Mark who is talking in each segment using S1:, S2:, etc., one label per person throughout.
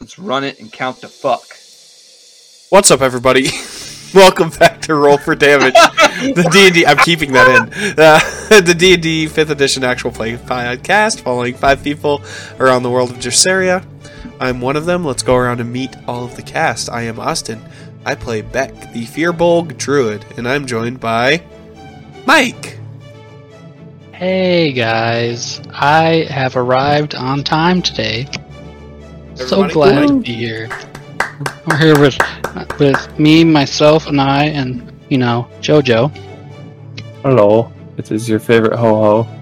S1: Let's run it and count the fuck.
S2: What's up, everybody? Welcome back to Roll for Damage, the D and I'm keeping that in uh, the D and D Fifth Edition Actual Play podcast. Following five people around the world of Jerseria, I'm one of them. Let's go around and meet all of the cast. I am Austin. I play Beck, the Fearbolg Druid, and I'm joined by Mike.
S3: Hey guys, I have arrived on time today. so
S2: Everybody
S3: glad
S2: good?
S3: to be here. We're here with with me, myself, and I, and you know JoJo.
S4: Hello, it is your favorite ho ho.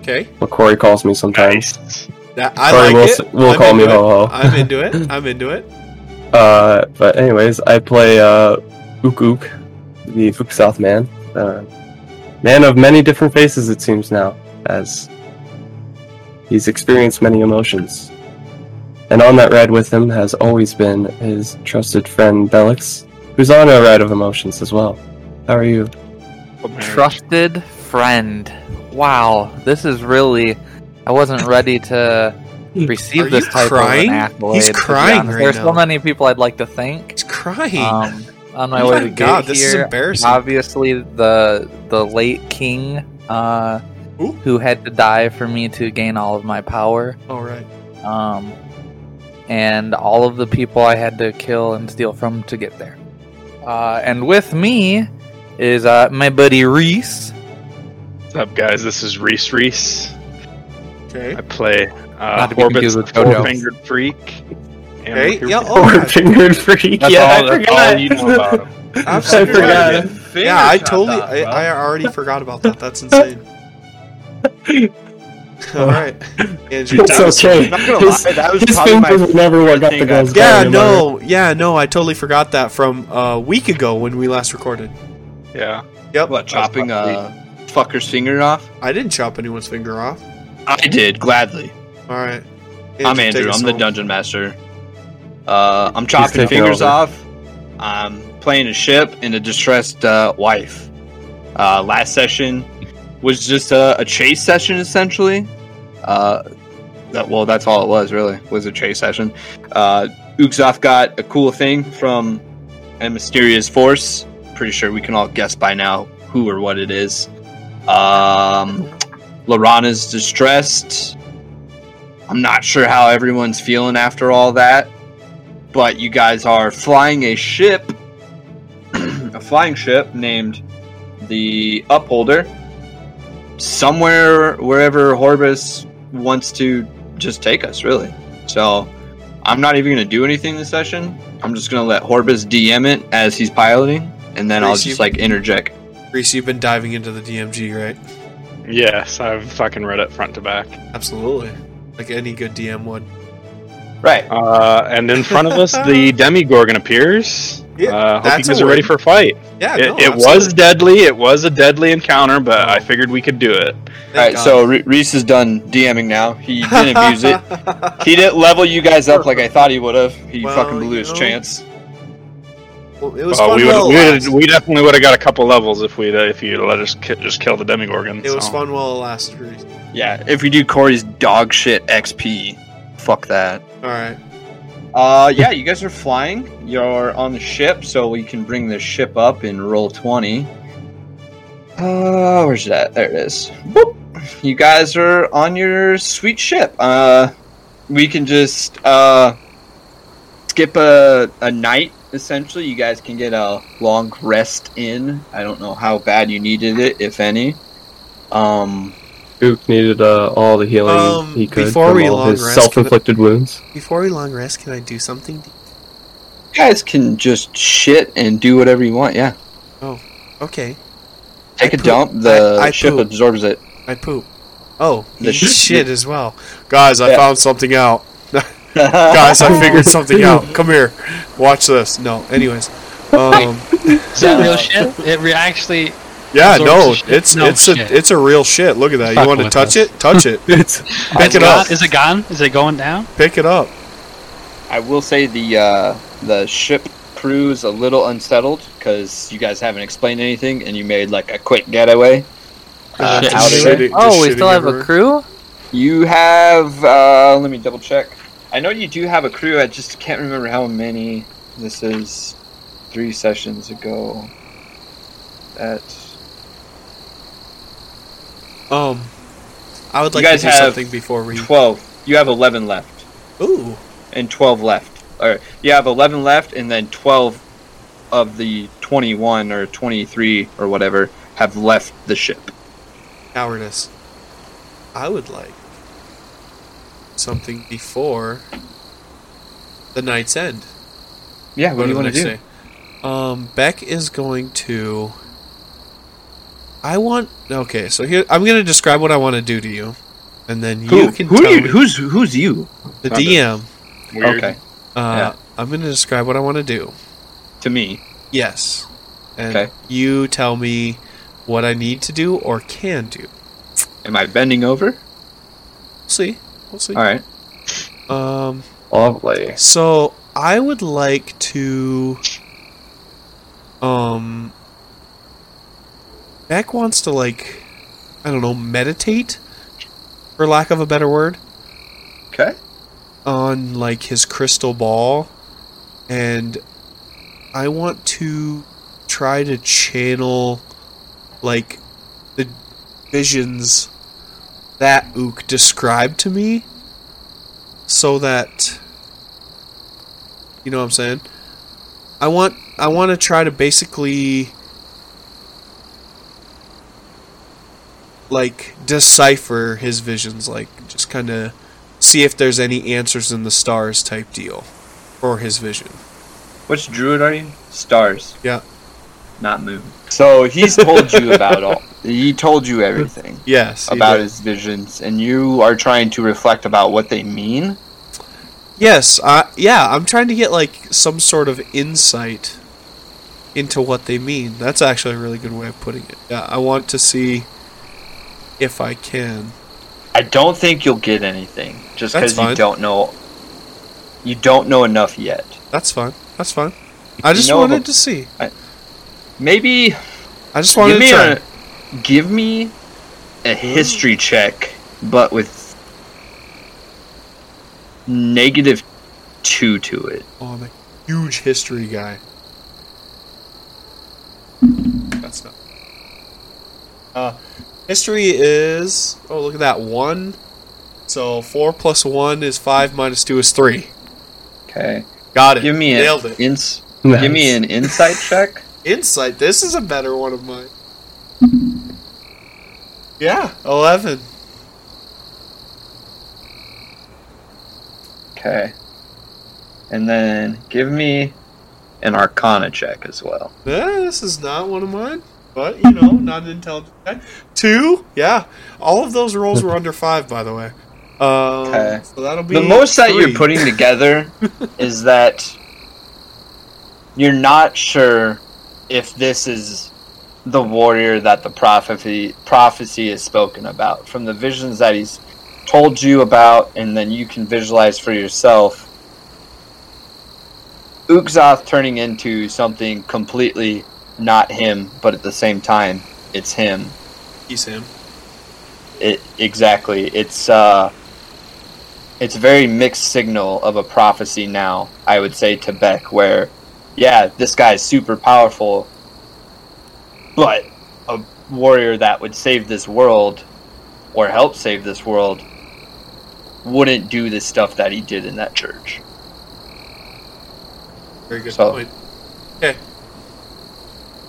S2: Okay,
S4: McCory calls me sometimes.
S2: I, I
S4: Sorry,
S2: like
S4: we'll
S2: it.
S4: s- we'll
S2: I'm
S4: call me
S2: into it.
S4: ho-ho.
S2: I'm into it. I'm into it.
S4: Uh, but anyways, I play uh, Ook Ook, the Ook South man. Uh, man of many different faces, it seems now, as he's experienced many emotions. And on that ride with him has always been his trusted friend Belix, who's on a ride of emotions as well. How are you?
S5: Trusted friend. Wow, this is really. I wasn't ready to receive
S2: Are
S5: this
S2: you
S5: type
S2: crying?
S5: of an
S2: He's
S5: accolade. to be
S2: crying
S5: honest.
S2: right
S5: There's
S2: now.
S5: so many people I'd like to thank.
S2: He's crying.
S5: Um, on my
S2: Oh
S5: way
S2: my
S5: to
S2: God,
S5: get
S2: this is
S5: here,
S2: embarrassing.
S5: obviously the the late king, uh,
S2: Ooh.
S5: who had to die for me to gain all of my power,
S2: all right.
S5: um, and all of the people I had to kill and steal from to get there. Uh, and with me is uh, my buddy Reese.
S6: What's up, guys? This is Reese Reese.
S2: Okay.
S6: I play uh,
S5: Not to be
S6: Orbit's
S5: confused
S6: the
S5: with JoJo.
S6: four-fingered freak. And we're
S2: Hey,
S6: here
S2: yeah,
S6: for-
S2: oh, God.
S4: fingered freak.
S6: That's
S4: yeah,
S6: all-
S4: I
S6: that's
S4: forgot.
S6: all you know about him.
S2: I
S4: I
S2: forgot.
S4: forgot.
S2: Yeah, I totally. I, I already forgot about that. That's insane. All right, Andrew.
S4: It's
S2: that was-
S4: okay.
S7: Not gonna
S4: His-
S7: lie, that was
S4: His
S7: probably
S4: fingers
S7: my
S4: were never what got the
S7: thing
S4: girl's
S2: Yeah,
S4: body, am I right?
S2: no, yeah, no. I totally forgot that from a week ago when we last recorded.
S6: Yeah.
S2: Yep,
S1: What, chopping a fucker's finger off?
S2: I didn't chop anyone's finger off.
S1: I did, gladly.
S2: All right,
S1: I'm
S2: take
S1: Andrew.
S2: us
S1: I'm the
S2: home.
S1: dungeon master. Uh, I'm chopping
S4: taking
S1: fingers
S4: over.
S1: off. I'm playing a ship and a distressed uh, wife. Uh, last session was just a, a chase session, essentially. Uh, that well, that's all it was really was a chase session. Uh, Uxoth got a cool thing from a mysterious force. Pretty sure we can all guess by now who or what it is. Um, Lorana's distressed. I'm not sure how everyone's feeling after all that, but you guys are flying a ship, a flying ship named the Upholder, somewhere wherever Horbus wants to just take us, really. So I'm not even going to do anything this session. I'm just going to let Horbus DM it as he's piloting, and then I'll
S2: Reese,
S1: just
S2: you-
S1: like interject.
S2: Reese, you've been diving into the DMG, right?
S6: Yes, I've fucking read it front to back.
S2: Absolutely, like any good DM would.
S1: Right.
S6: Uh, and in front of us, the Demigorgon appears.
S2: Yeah,
S6: uh, hope you
S2: that's
S6: guys
S2: a
S6: are ready
S2: win.
S6: for a fight.
S2: Yeah,
S6: it
S2: no,
S6: it was
S2: absolutely.
S6: deadly. It was a deadly encounter, but I figured we could do it.
S2: Thank
S1: all right.
S2: God.
S1: So Re- Reese is done DMing now. He didn't abuse it. He didn't level you guys up like I thought he would have. He
S2: Well,
S1: fucking blew
S2: you
S1: his
S2: know.
S1: chance.
S2: Well, it was
S6: Uh,
S2: fun.
S6: we,
S2: while
S6: would,
S2: it
S6: we,
S2: lasted.
S6: would, we definitely would have got a couple levels if we if you let us ki- just kill the Demigorgon.
S2: It was
S6: so.
S2: fun while it lasted. Reese.
S1: Yeah, if we do Corey's dog shit XP, fuck that.
S2: All right.
S1: Uh, yeah, you guys are flying. You're on the ship, so we can bring the ship up and roll 20. Uh, where's that? There it is. Boop. You guys are on your sweet ship. Uh, we can just, uh, skip a, a night, essentially. You guys can get a long rest in. I don't know how bad you needed it, if any. Um,
S4: Ook needed uh, all the healing
S2: Um,
S4: he could
S2: before
S4: from
S2: we
S4: all
S2: long
S4: his
S2: rest,
S4: self-inflicted wounds.
S2: Before we long rest, can I do something?
S1: you guys can just shit and do whatever you want, yeah.
S2: Okay,
S1: Take
S2: I
S1: a
S2: poop.
S1: dump. The
S2: I- I
S1: ship
S2: poop.
S1: absorbs it.
S2: I poop. Oh,
S1: The
S2: shit,
S1: sh-
S2: as well. Guys, I
S1: Yeah.
S2: found something out. Guys, I figured something out. Come here, watch this. No, anyways. Um,
S3: Is that real shit? It re- actually
S2: yeah,
S3: Absorbs
S2: no,
S3: the shit.
S2: it's
S3: No
S2: it's a
S3: shit.
S2: it's a real shit. Look at that. You
S3: Fuck
S2: want to
S3: with
S2: touch
S3: us.
S2: it? Touch it.
S4: It's
S2: Pick
S3: it's
S2: it
S3: gone-
S2: up.
S3: Is it gone? Is it going down?
S2: Pick it up.
S1: I will say the uh, the ship crew is a little unsettled because you guys haven't explained anything and you made like a quick getaway. Uh,
S2: Just
S1: out of
S2: shitting-
S1: there.
S2: just
S5: Oh, we
S2: shitting
S5: still have
S2: everywhere.
S5: a crew?
S1: You have. Uh, let me double check. I know you do have a crew. I just can't remember how many. This is three sessions ago. That
S2: Um, I would
S1: You
S2: like
S1: guys
S2: to do
S1: have
S2: something before we.
S1: twelve. You have eleven left,
S2: Ooh,
S1: and twelve left. Or you have eleven left, and then twelve of the twenty-one or twenty-three or whatever have left the ship.
S2: cowardice. I would like something before the night's end.
S1: Yeah. What do you
S2: Go
S1: want to
S2: the
S1: do?
S2: next day. Um, Beck is going to. I want. Okay, so here I'm going to describe what I want to do to you, and then you
S1: Who,
S2: can
S1: who
S2: tell
S1: are you,
S2: me
S1: who's who's you?
S2: the DM.
S6: Weird.
S1: Okay,
S2: Uh, I'm going to describe what I want to do.
S1: to me.
S2: Yes, and
S1: Okay.
S2: you tell me what I need to do or can do.
S1: Am I bending over?
S2: We'll see. We'll see.
S1: All right.
S2: Um.
S4: Lovely.
S2: So I would like to. Um. Beck wants to like, I don't know, meditate, for lack of a better word,
S1: Okay.
S2: on like his crystal ball, and I want to try to channel, like, the visions that Ook described to me, so that. You know what I'm saying? I want I want to try to basically like decipher his visions like just kind of see if there's any answers in the stars type deal for his vision.
S1: Which druid are you? Stars.
S2: Yeah.
S1: Not moon. So he's told you about all. He told you everything
S2: Yes. he
S1: about
S2: did.
S1: his visions, and you are trying to reflect about what they mean.
S2: Yes, uh, yeah, I'm trying to get like some sort of insight into what they mean. That's actually a really good way of putting it. Yeah, I want to see if I can.
S1: I don't think you'll get anything just because
S2: That's
S1: you
S2: fine.
S1: don't know. You don't know enough yet.
S2: That's fine. That's fine. I just
S1: know of
S2: wanted
S1: a-
S2: to see.
S1: Maybe
S2: I just wanted
S1: give
S2: to
S1: me
S2: try.
S1: a give me a history check, but with negative two to it.
S2: Oh, I'm a huge history guy. That's not. Uh, history is. Oh, look at that. One. So four plus one is five, minus two is three.
S1: Okay.
S2: Got it.
S1: Give me an
S2: Nailed it.
S1: ins- give me an insight check.
S2: Insight. This is a better one of mine. Yeah, 11.
S1: Okay. And then give me an arcana check as well.
S2: Eh, this is not one of mine, but you know, not an intelligent guy. Two, yeah. All of those rolls were under five, by the way. Um,
S1: Okay.
S2: So that'll be
S1: The most that
S2: three.
S1: you're putting together is that you're not sure if this is the warrior that the prophecy prophecy is spoken about from the visions that he's told you about and then you can visualize for yourself Uxoth turning into something completely not him but at the same time it's him
S2: He's him.
S1: it exactly. It's uh, it's a very mixed signal of a prophecy now. I would say to Beck, where yeah, this guy's super powerful, but a warrior that would save this world or help save this world wouldn't do the stuff that he did in that church.
S2: Very good
S1: So-
S2: point. Okay.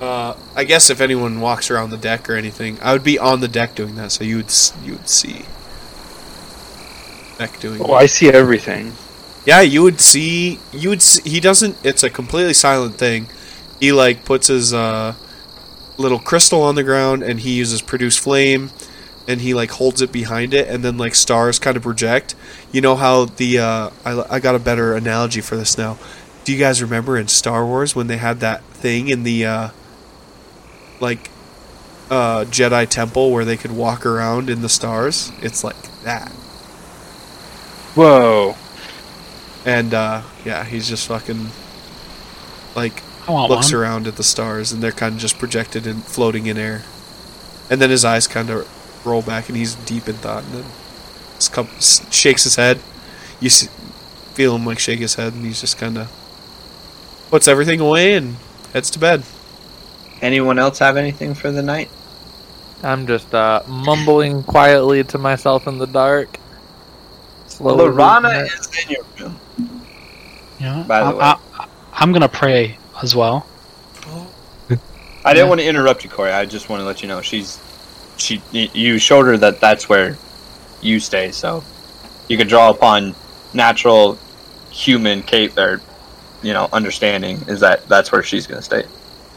S2: Uh, I guess if anyone walks around the deck or anything, I would be on the deck doing that, so you would s- you would see Beck doing.
S6: Oh, I see everything.
S2: Yeah, you would see. You would. See, he doesn't. It's a completely silent thing. He like puts his uh, little crystal on the ground, and he uses produce flame, and he like holds it behind it, and then like stars kind of project. You know how the uh, I I got a better analogy for this now. Do you guys remember in Star Wars when they had that thing in the uh, like uh, Jedi Temple where they could walk around in the stars? It's like that.
S6: Whoa.
S2: And uh, yeah, he's just fucking like
S3: I want
S2: looks
S3: one.
S2: around at the stars, and they're kind of just projected and floating in air. And then his eyes kind of roll back, and he's deep in thought, and then just come, s- shakes his head. You see, feel him like shake his head, and he's just kind of puts everything away and heads to bed.
S1: Anyone else have anything for the night?
S5: I'm just uh, mumbling quietly to myself in the dark. Slowly
S1: Lorana is in your room.
S3: Yeah.
S1: By the
S3: I,
S1: way.
S3: I, I'm gonna pray as well.
S1: I didn't
S3: Yeah.
S1: want to interrupt you, Corey. I just want to let you know she's she. y- You showed her that that's where you stay, so you could draw upon natural human cape or you know understanding is that that's where she's gonna stay.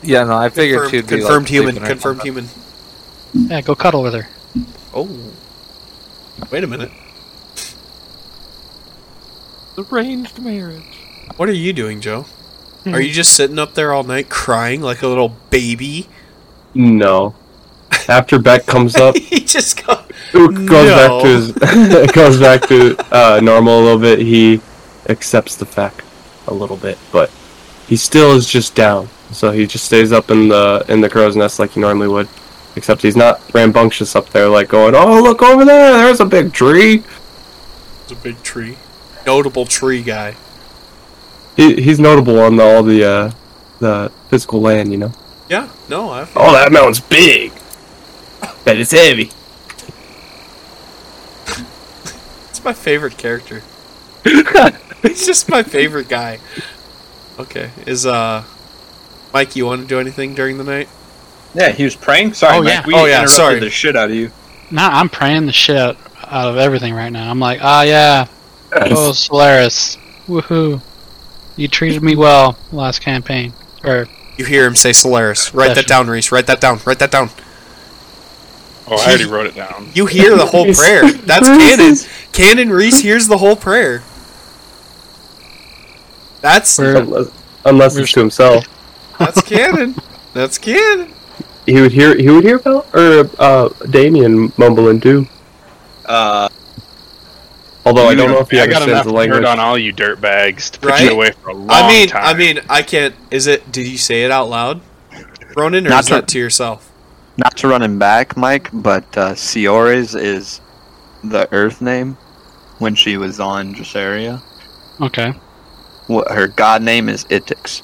S5: yeah, no, I figured she'd be like,
S2: confirmed human.
S5: sleeping or
S2: Confirmed human.
S3: Yeah, go cuddle with her.
S2: Oh, wait a minute.
S5: Arranged marriage.
S2: What are you doing, Joe?
S3: Hmm.
S2: Are you just sitting up there all night crying like a little baby?
S4: No. After Beck comes up,
S2: he just go.
S4: Ook goes
S2: No.
S4: back to his goes back to uh, normal a little bit. He accepts the fact a little bit, but he still is just down. So he just stays up in the in the crow's nest like he normally would, except he's not rambunctious up there like going, "Oh, look over there! There's a big tree."
S2: It's a big tree. Notable tree guy.
S4: He, he's notable on the, all the uh, the physical land, you know.
S2: Yeah. No, I.
S4: Oh, that mountain's big. Bet it's heavy.
S2: It's my favorite character. He's just my favorite guy. Okay, is uh, Mike? You want to do anything during the night?
S1: Yeah, he was praying. Sorry,
S3: Oh,
S1: Mike,
S3: yeah.
S1: we
S2: Oh, yeah,
S1: interrupted
S2: sorry.
S1: the shit out of you.
S3: Nah, I'm praying the shit out of everything right now. I'm like, ah, yeah, oh Solaris, woohoo! You treated me well last campaign, or
S2: You hear him say Solaris. Write that
S3: Session.
S2: down, Reese. Write that down. Write that down.
S6: Oh, I already wrote it down.
S2: You hear the whole
S4: Reese.
S2: prayer. That's canon. Canon Reese hears the whole prayer. That's
S3: Where-
S4: Unless, unless it's to himself.
S2: that's canon. That's canon.
S4: He would hear. He would hear Bel or uh, Damien mumbling too.
S1: Uh,
S4: Although I
S6: You
S4: don't know if he
S6: I got
S4: understands
S6: enough
S4: the
S6: dirt
S4: language.
S6: on all you dirt bags to put
S2: Right?
S6: you away for a long
S2: I mean,
S6: time.
S2: I mean, I can't. Is it? Did you say it out loud, Ronan, or
S1: Not
S2: is
S1: to-
S2: that to yourself?
S1: not to run him back, Mike, but uh, Siores is the Earth name when she was on Dressaria.
S3: okay,
S1: What her god name is Itix.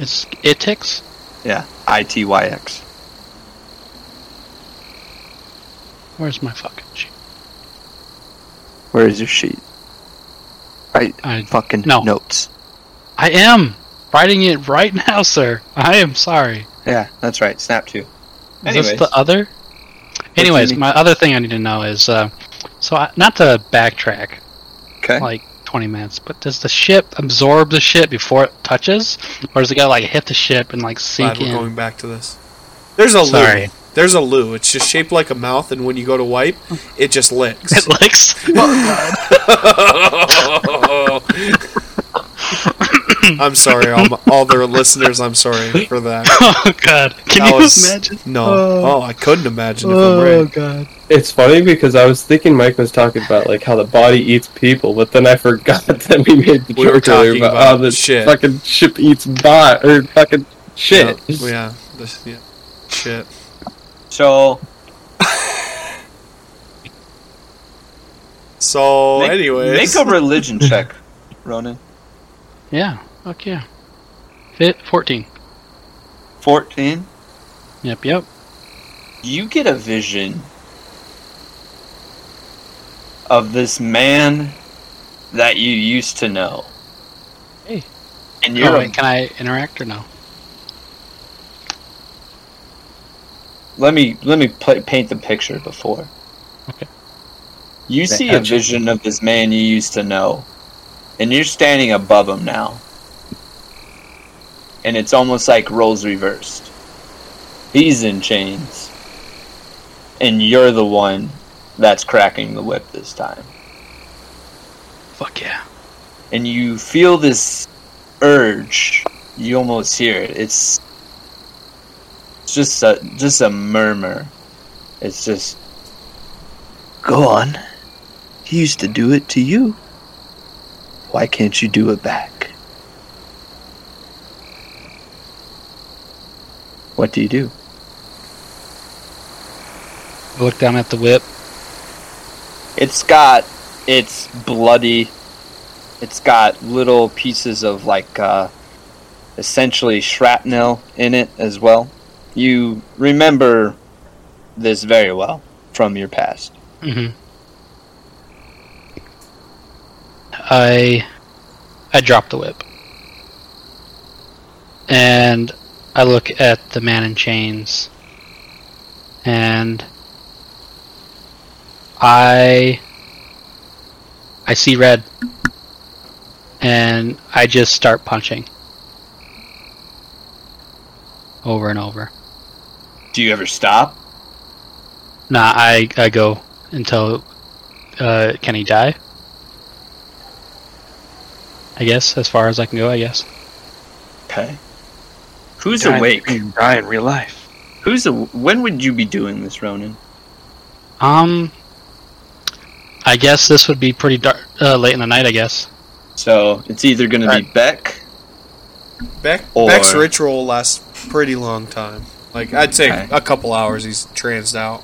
S3: it's Itix.
S1: Yeah, I T Y X.
S3: Where's my fucking sheet?
S1: Where is your sheet? Right,
S3: I
S1: fucking
S3: No.
S1: notes.
S3: I am writing it right now, sir. I am sorry.
S1: Yeah, that's right. Snap two.
S3: Is
S1: Anyways.
S3: this the other? Anyways,
S1: need?
S3: my other thing I need to know is, uh, so I, not to backtrack
S1: Okay.
S3: like 20 minutes, but does the ship absorb the shit before it touches, or does it gotta like hit the ship and like
S2: Glad
S3: sink
S2: we're
S3: in?
S2: going back to this. There's a
S3: Sorry.
S2: loo. There's a loo. It's just shaped like a mouth, and when you go to wipe, it just licks.
S3: It licks.
S2: Oh, I'm sorry, all, my, all their listeners. I'm sorry for that.
S3: oh god! Can
S2: That
S3: you
S2: was-
S3: imagine?
S2: No.
S3: Oh.
S2: Oh, I couldn't imagine if
S3: Oh
S2: I'm right.
S3: god!
S4: It's funny because I was thinking Mike was talking about like how the body eats people, but then I forgot that we made the
S2: We were
S4: joke earlier
S2: talking
S4: about,
S2: about
S4: how the
S2: shit.
S4: fucking ship eats bot or fucking shit.
S2: Yeah. yeah, this- yeah. Shit.
S1: So
S2: So,
S1: make,
S2: anyways,
S1: make a religion check, Ronan.
S3: Yeah. Fuck yeah. Fit fourteen.
S1: Fourteen.
S3: Yep. Yep.
S1: You get a vision of this man that you used to know.
S3: Hey.
S1: And you're
S3: Oh,
S1: a-
S3: wait, can I interact or no?
S1: let me let me pla paint the picture before.
S3: Okay.
S1: You
S4: They
S1: see a
S4: had you.
S1: vision of this man you used to know, and you're standing above him now. And it's almost like roles reversed. He's in chains, and you're the one that's cracking the whip this time.
S3: Fuck yeah.
S1: And you feel this urge. You almost hear it. It's it's just a just a murmur. It's just go on. He used to do it to you. Why can't you do it back? What do you do?
S3: I look down at the whip.
S1: It's got it's bloody. It's got little pieces of like uh, essentially shrapnel in it as well. You remember this very well from your past.
S3: Mm-hmm. I I drop the whip. And I look at the man in chains. And I I see red. And I just start punching. Over and over.
S1: Do you ever stop?
S3: Nah, I, I go until uh, can he die? I guess as far as I can go. I guess
S1: Okay. Who's
S6: Die in-
S1: awake?
S6: you Die in real life.
S1: Who's a, when would you be doing this, Ronan?
S3: Um, I guess this would be pretty dark, uh, late in the night. I guess.
S1: So it's either going to be Beck.
S2: Beck,
S1: Or-
S2: Beck's ritual lasts pretty long time. Like I'd say
S1: Okay.
S2: a couple hours. He's transed out,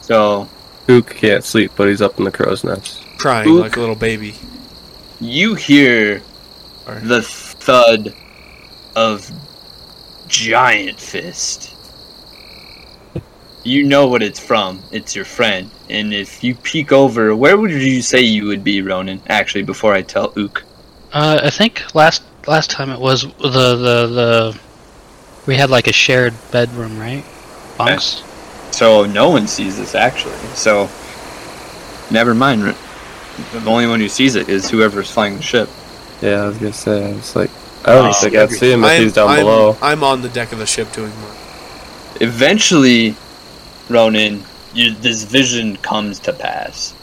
S1: So
S4: Ook can't sleep, but he's up in the crow's nest.
S2: crying
S1: Ook.
S2: like a little baby.
S1: you hear
S2: Sorry.
S1: the thud of giant fist. You know what it's from. It's your friend. And if you peek over, where would you say you would be, Ronan? Actually, before I tell Ook.
S3: Uh, I think last last time it was the the the we had like a shared bedroom, right? Bunks.
S1: So no one sees this actually. So never mind. Ro- The only one who sees it is whoever's flying the ship.
S4: Yeah, I was gonna say. I was like, I don't
S1: Oh,
S4: think I'd see him if he's down
S2: I'm-
S4: below.
S2: I'm on the deck of the ship doing mine.
S1: Eventually, Ronan, you, this vision comes to pass.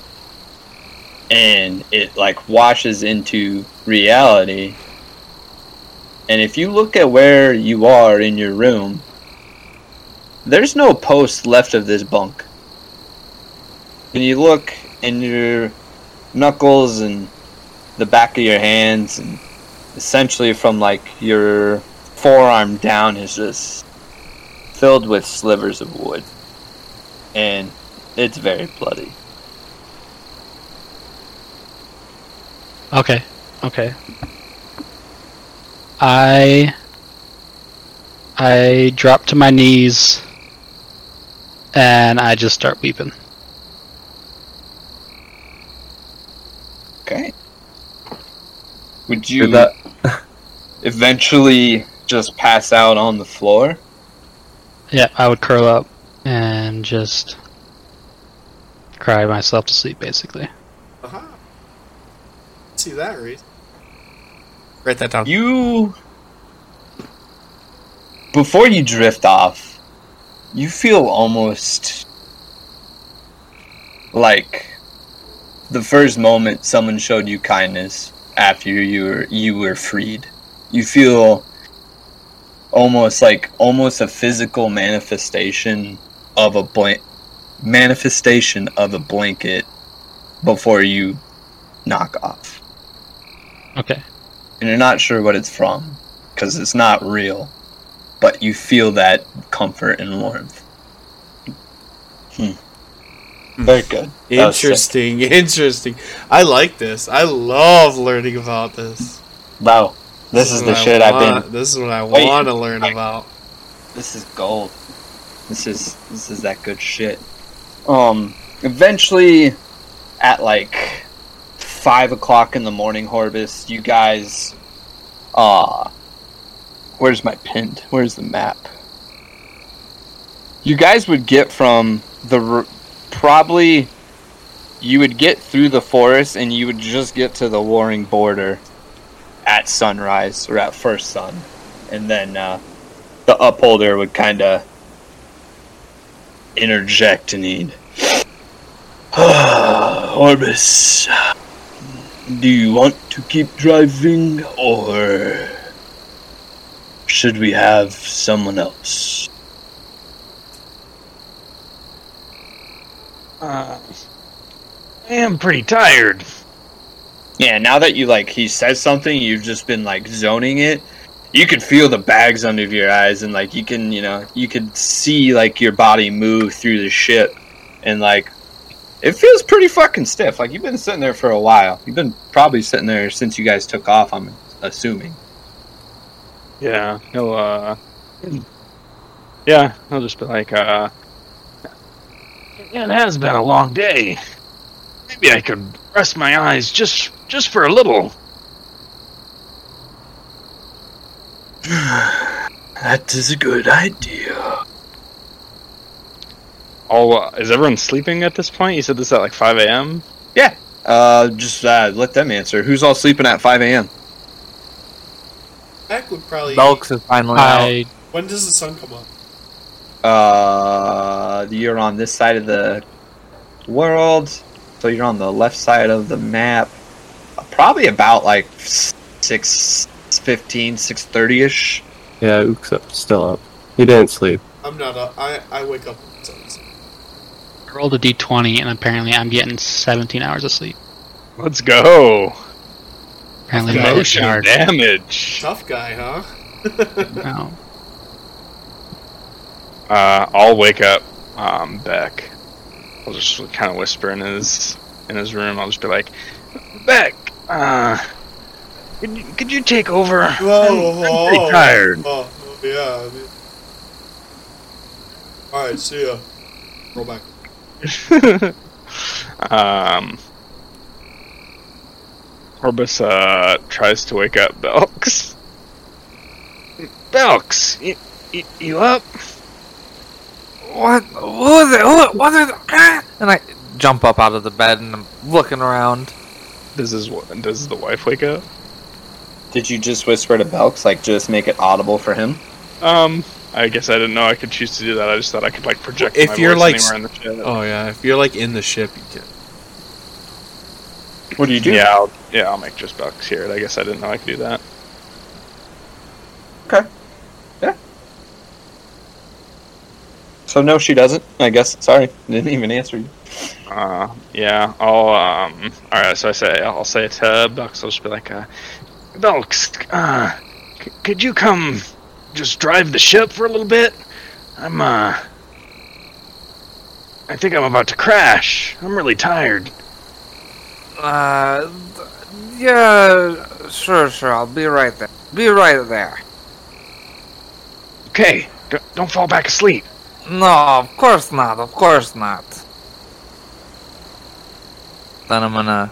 S1: And it like washes into reality. And if you look at where you are in your room, there's no post left of this bunk. And you look and your knuckles and the back of your hands and essentially from like your forearm down is just filled with slivers of wood. And it's very bloody.
S3: Okay. Okay. I I drop to my knees and I just start weeping.
S1: Okay. Would you
S4: Did that
S1: eventually just pass out on the floor?
S3: Yeah, I would curl up and just cry myself to sleep, basically.
S2: Uh-huh. See that, Reed? Write that down.
S1: You. Before you drift off, you feel almost like the first moment someone showed you kindness after you were you were freed. You feel almost like almost a physical manifestation of a blank manifestation of a blanket before you knock off
S3: Okay.
S1: and you're not sure what it's from because it's not real, but you feel that comfort and warmth. Hmm. Very good. That was sick.
S2: Interesting, interesting. I like this. I love learning about this.
S1: Wow. This is the
S2: what I
S1: shit I've
S2: want-
S1: been.
S2: This is what I
S1: Wait.
S2: want to learn about.
S1: This is gold. This is this is that good shit. Um, eventually, at like five o'clock in the morning, Horbus, you guys, uh where's my pinned? Where's the map? You guys would get from the r- probably you would get through the forest and you would just get to the warring border at sunrise or at first sun, and then uh, the upholder would kind of interject and he'd Orbis, do you want to keep driving or should we have someone else?
S5: Uh, I am pretty tired.
S1: Yeah, now that you like he says something, you've just been like zoning it. You could feel the bags under your eyes, and like you can, you know, you could see like your body move through the ship, and like It feels pretty fucking stiff. Like you've been sitting there for a while. You've been probably sitting there since you guys took off. I'm assuming.
S6: Yeah, he'll uh Yeah, he'll just be like, uh It has been a long day. Maybe I could rest my eyes just just for a little.
S1: That is a good idea.
S6: All uh, is everyone sleeping at this point? You said this at like five AM?
S1: Uh, just uh, let them answer. Who's all sleeping at 5 a.m.?
S2: Beck would probably.
S5: Belks is finally out.
S3: I
S2: When does the sun come up?
S1: Uh, you're on this side of the world, so you're on the left side of the map. Probably about like six fifteen, six thirty ish.
S4: Yeah, Ook's up, still up. He didn't sleep.
S2: I'm not up. I, I wake up when the sun's
S3: rolled a d20 and apparently I'm getting 17 hours of sleep.
S6: Let's go.
S3: Apparently, my
S6: Motion
S3: discharge.
S6: damage.
S2: Tough guy, huh?
S3: No.
S6: Uh I'll wake up um Beck. I'll just kinda whisper in his in his room, I'll just be like, Beck, uh could you, could you take over? I'm, I'm pretty tired.
S2: Oh, yeah. I mean- All right, see ya. Roll back.
S6: um, Orbis uh, tries to wake up Belks. Belks, you, you, you up?
S5: What? What was it? What, what was it? Ah! And I jump up out of the bed and I'm looking around.
S6: Does his wa- does the wife wake up?
S1: Did you just whisper to Belks, like just make it audible for him?
S6: Um, I guess I didn't know I could choose to do that. I just thought I could like project.
S2: If
S6: my
S2: you're,
S6: voice
S2: like,
S6: anywhere in the chat.
S2: Oh yeah, if you're like in the ship, you get.
S1: What do you do?
S6: yeah, I'll, yeah, I'll make just Belks hear it. I guess I didn't know I could do that.
S1: So no, she doesn't. I guess. Sorry, didn't even answer you.
S6: Uh, yeah, I'll, um, alright, so I say, I'll say it to Belks, I'll just be like, uh, Belks, uh, c- could you come just drive the ship for a little bit? I'm, uh, I think I'm about to crash. I'm really tired.
S5: Uh, th- yeah, sure, sure. I'll be right there. Be right there.
S6: Okay, d- don't fall back asleep.
S5: No, of course not. Of course not. Then I'm gonna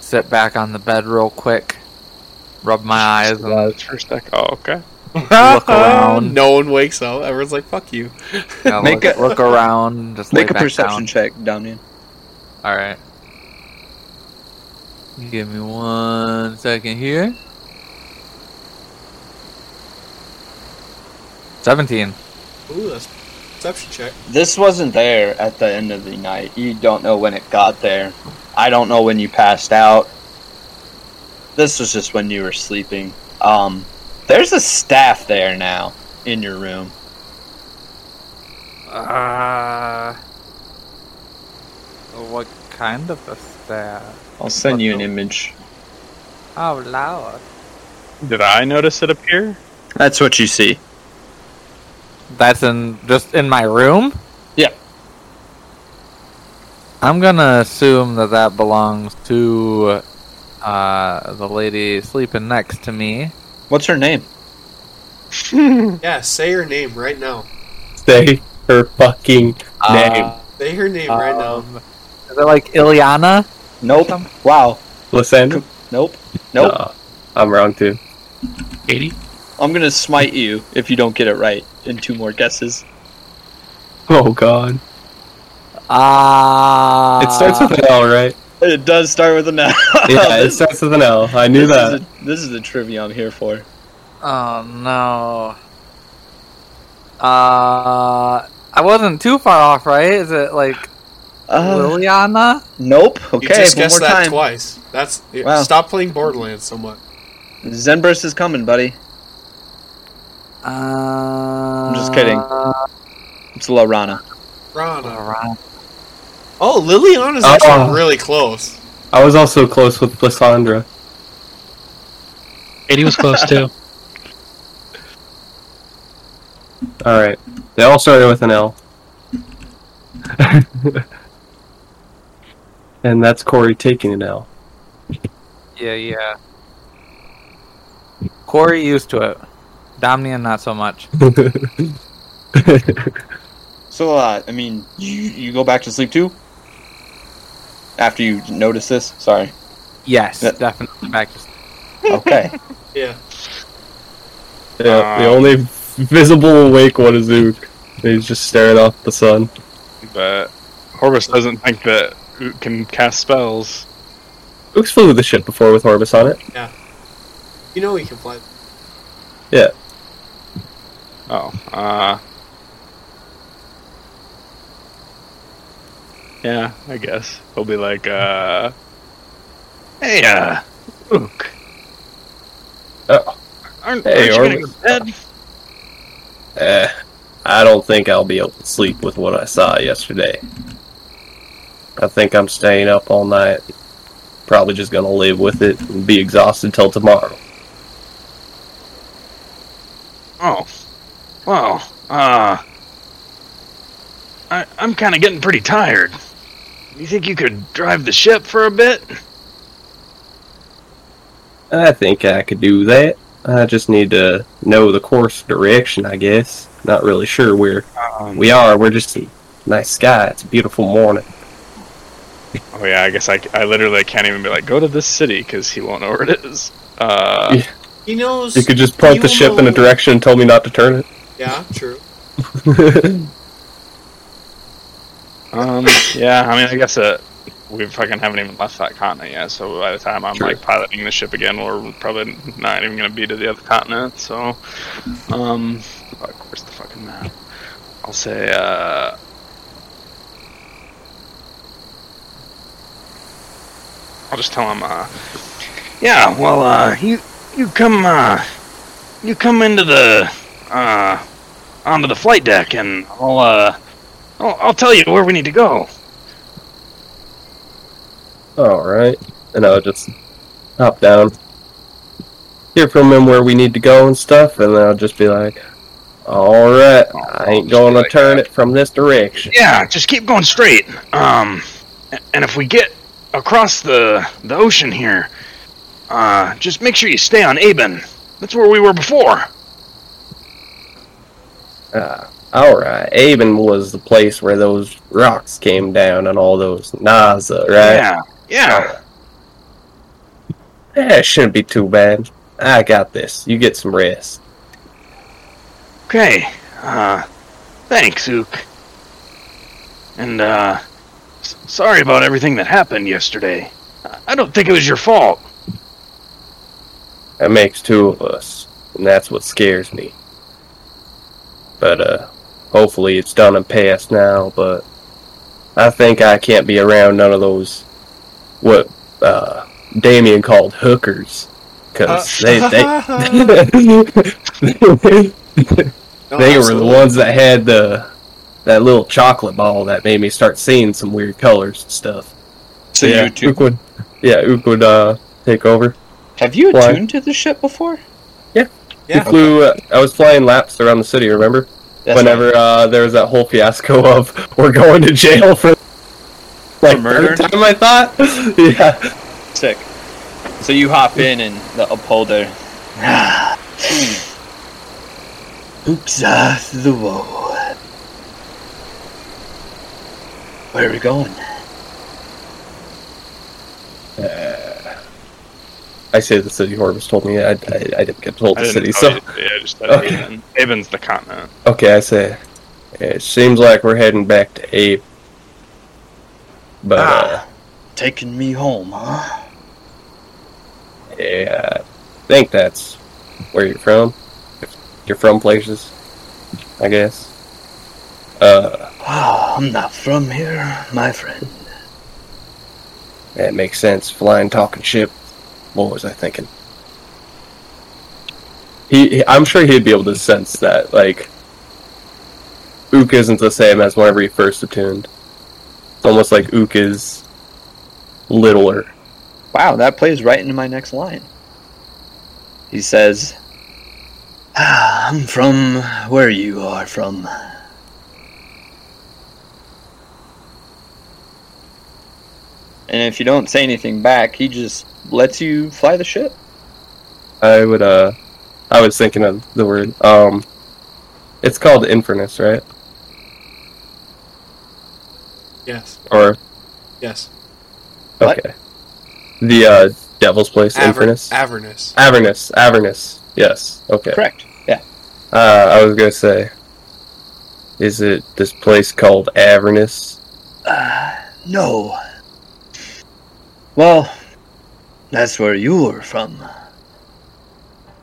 S5: sit back on the bed real quick, rub my eyes, and
S6: First deck. Oh, okay.
S5: Look around.
S2: no one wakes up. Everyone's like, "Fuck you."
S5: you know,
S1: Make
S5: look,
S1: a-
S5: look around. Just lay
S1: Make a
S5: back
S1: perception check, Damian.
S5: Down. All right. Give me one second here. Seventeen.
S2: Ooh, that's perception check.
S1: This wasn't there at the end of the night. You don't know when it got there. I don't know when you passed out. This was just when you were sleeping. Um, there's a staff there now in your room.
S5: Uh, what kind of a staff?
S1: I'll send you an image.
S5: Oh, loud.
S6: Did I notice it appear?
S1: That's what you see.
S5: That's in just in my room.
S1: Yeah.
S5: I'm gonna assume that that belongs to uh, the lady sleeping next to me.
S1: What's her name?
S2: Yeah, say her name right now.
S4: Say her fucking name.
S5: Uh,
S2: Say her name right now.
S5: um, Is it like Ilyana?
S1: Nope.
S5: Some-
S1: Wow.
S4: Lysandra?
S1: Nope. Nope.
S4: Nah, I'm wrong too.
S3: 80?
S1: I'm gonna smite you if you don't get it right in two more guesses.
S4: Oh god.
S5: Ah.
S1: Uh,
S4: It starts with an L, right?
S1: It does start with an L.
S4: Yeah, it
S1: this,
S4: starts with an L. I knew
S1: this is
S4: that.
S1: a- this is the trivia I'm here for.
S5: Oh no. Uh, I wasn't too far off, right? Is it like
S1: Uh,
S5: Liliana?
S1: nope.
S2: You
S1: Okay,
S2: just
S1: one
S2: guessed
S1: more
S2: that
S1: time.
S2: twice. That's
S1: Wow.
S2: stop playing Borderlands so much.
S1: Zenburst is coming, buddy.
S5: Uh, I'm
S1: just kidding. It's Lorana.
S2: Rana.
S5: Alright.
S2: Oh, Liliana's
S4: Uh-oh.
S2: actually really close.
S4: I was also close with Lysandra.
S3: 80 was close too.
S4: Alright. They all started with an L. and that's Corey taking an L.
S5: Yeah, yeah. Corey used to it. Domnian not so much.
S1: So, uh, I mean, you, you go back to sleep too? After you notice this? Sorry.
S5: Yes,
S1: Yeah.
S5: definitely back. to-
S1: Okay.
S4: Yeah, the only visible awake one is Ook. He's just staring off the sun.
S6: But Horvus doesn't think that Ook can cast spells.
S4: Ook's flew the ship before with Orbis on it.
S2: You know we can fly.
S6: Oh, uh. Yeah, I guess. He'll be like, uh. Hey, uh. Ook.
S4: Oh.
S6: Aren't,
S4: Hey,
S6: aren't you gonna go
S4: Orvis.
S6: to bed?
S4: Eh, I don't think I'll be able to sleep with what I saw yesterday. I think I'm staying up all night. Probably just gonna live with it and be exhausted till tomorrow.
S6: Oh. Well, uh. I, I'm kind of getting pretty tired. You think you could drive the ship for a bit?
S4: I think I could do that. I just need to know the course direction, I guess. Not really sure where
S6: Um,
S4: we are. We're just nice sky. It's a beautiful morning.
S6: Oh yeah, I guess I, I literally can't even be like, go to this city because he won't know where it is. Uh,
S4: Yeah.
S2: He knows.
S4: You could just point
S2: You
S4: the ship in a
S2: know-
S4: direction and tell me not to turn
S2: Yeah, true.
S4: it.
S6: um, yeah, I mean, I guess uh we fucking haven't even left that continent yet. So by the time I'm
S4: True.
S6: like piloting the ship again, we're probably not even gonna be to the other continent. So, um, fuck, where's the fucking map? I'll say, uh, I'll just tell him, uh, yeah, well, uh, you you come, uh, you come into the, uh, onto the flight deck, and I'll, uh, I'll, I'll tell you where we need to go.
S4: All right, and I'll just hop down, hear from him where we need to go and stuff, and then I'll just be like, "All right, I ain't going to turn it from this direction."
S6: Yeah, just keep going straight. Um, a- and if we get across the the ocean here, uh, just make sure you stay on Aben. That's where we were before.
S4: Uh, all right, Aben was the place where those rocks came down and all those Naza, right?
S6: Yeah, yeah.
S4: Yeah, it Eh, shouldn't be too bad. I got this. You get some rest.
S6: Okay. Uh, thanks, Ook. And uh, s- sorry about everything that happened yesterday. I- I don't think it was your fault.
S4: That makes two of us, and that's what scares me. But uh, hopefully it's done and past now. But I think I can't be around none of those what uh, Damien called hookers, because
S2: Uh,
S4: they they
S2: No,
S4: they were the
S2: absolutely.
S4: ones that had the that little chocolate ball that made me start seeing some weird colors and stuff.
S1: So
S4: yeah,
S1: you two
S4: Ook would, yeah, Ook would uh, take over.
S1: have you
S4: Why?
S1: attuned to the ship before?
S4: We
S2: Yeah.
S4: flew. Uh, I was flying laps around the city. Remember?
S1: That's
S4: Whenever uh, there was that whole fiasco of we're going to jail for like
S1: murder?
S4: third time, I thought. yeah.
S1: sick. So you hop in and the upholder. Oops, uh, the woe. Where are we going?
S4: I say the city Horvus told me. I, I, I didn't get told the city. So
S6: yeah, just
S4: Okay.
S6: Aben. Aben's the continent.
S4: okay, I say it seems like we're heading back to Ape. But
S1: Ah. Taking me home, huh?
S4: uh, yeah, I think that's where you're from. You're from places, I guess. Uh.
S1: Ah, I'm not from here, my friend.
S4: That makes sense. Flying talking ship. What was I thinking? He, he- I'm sure he'd be able to sense that. Like, Ook isn't the same as whenever he first attuned. It's almost like Ook is littler.
S1: Wow, that plays right into my next line. He says, ah, I'm from where you are from. and if you don't say anything back, he just lets you fly the ship.
S4: I would uh I was thinking of the word. Um it's called Infernus, right?
S2: Yes.
S4: Or
S2: Yes.
S1: What?
S4: okay. The uh devil's place,
S2: Aver-
S4: Infernus?
S2: Avernus.
S4: Avernus, Avernus. Yes. Okay.
S1: Correct. Yeah.
S4: Uh I was gonna say Is it this place called Avernus?
S1: Uh, No. Well, that's where you were from.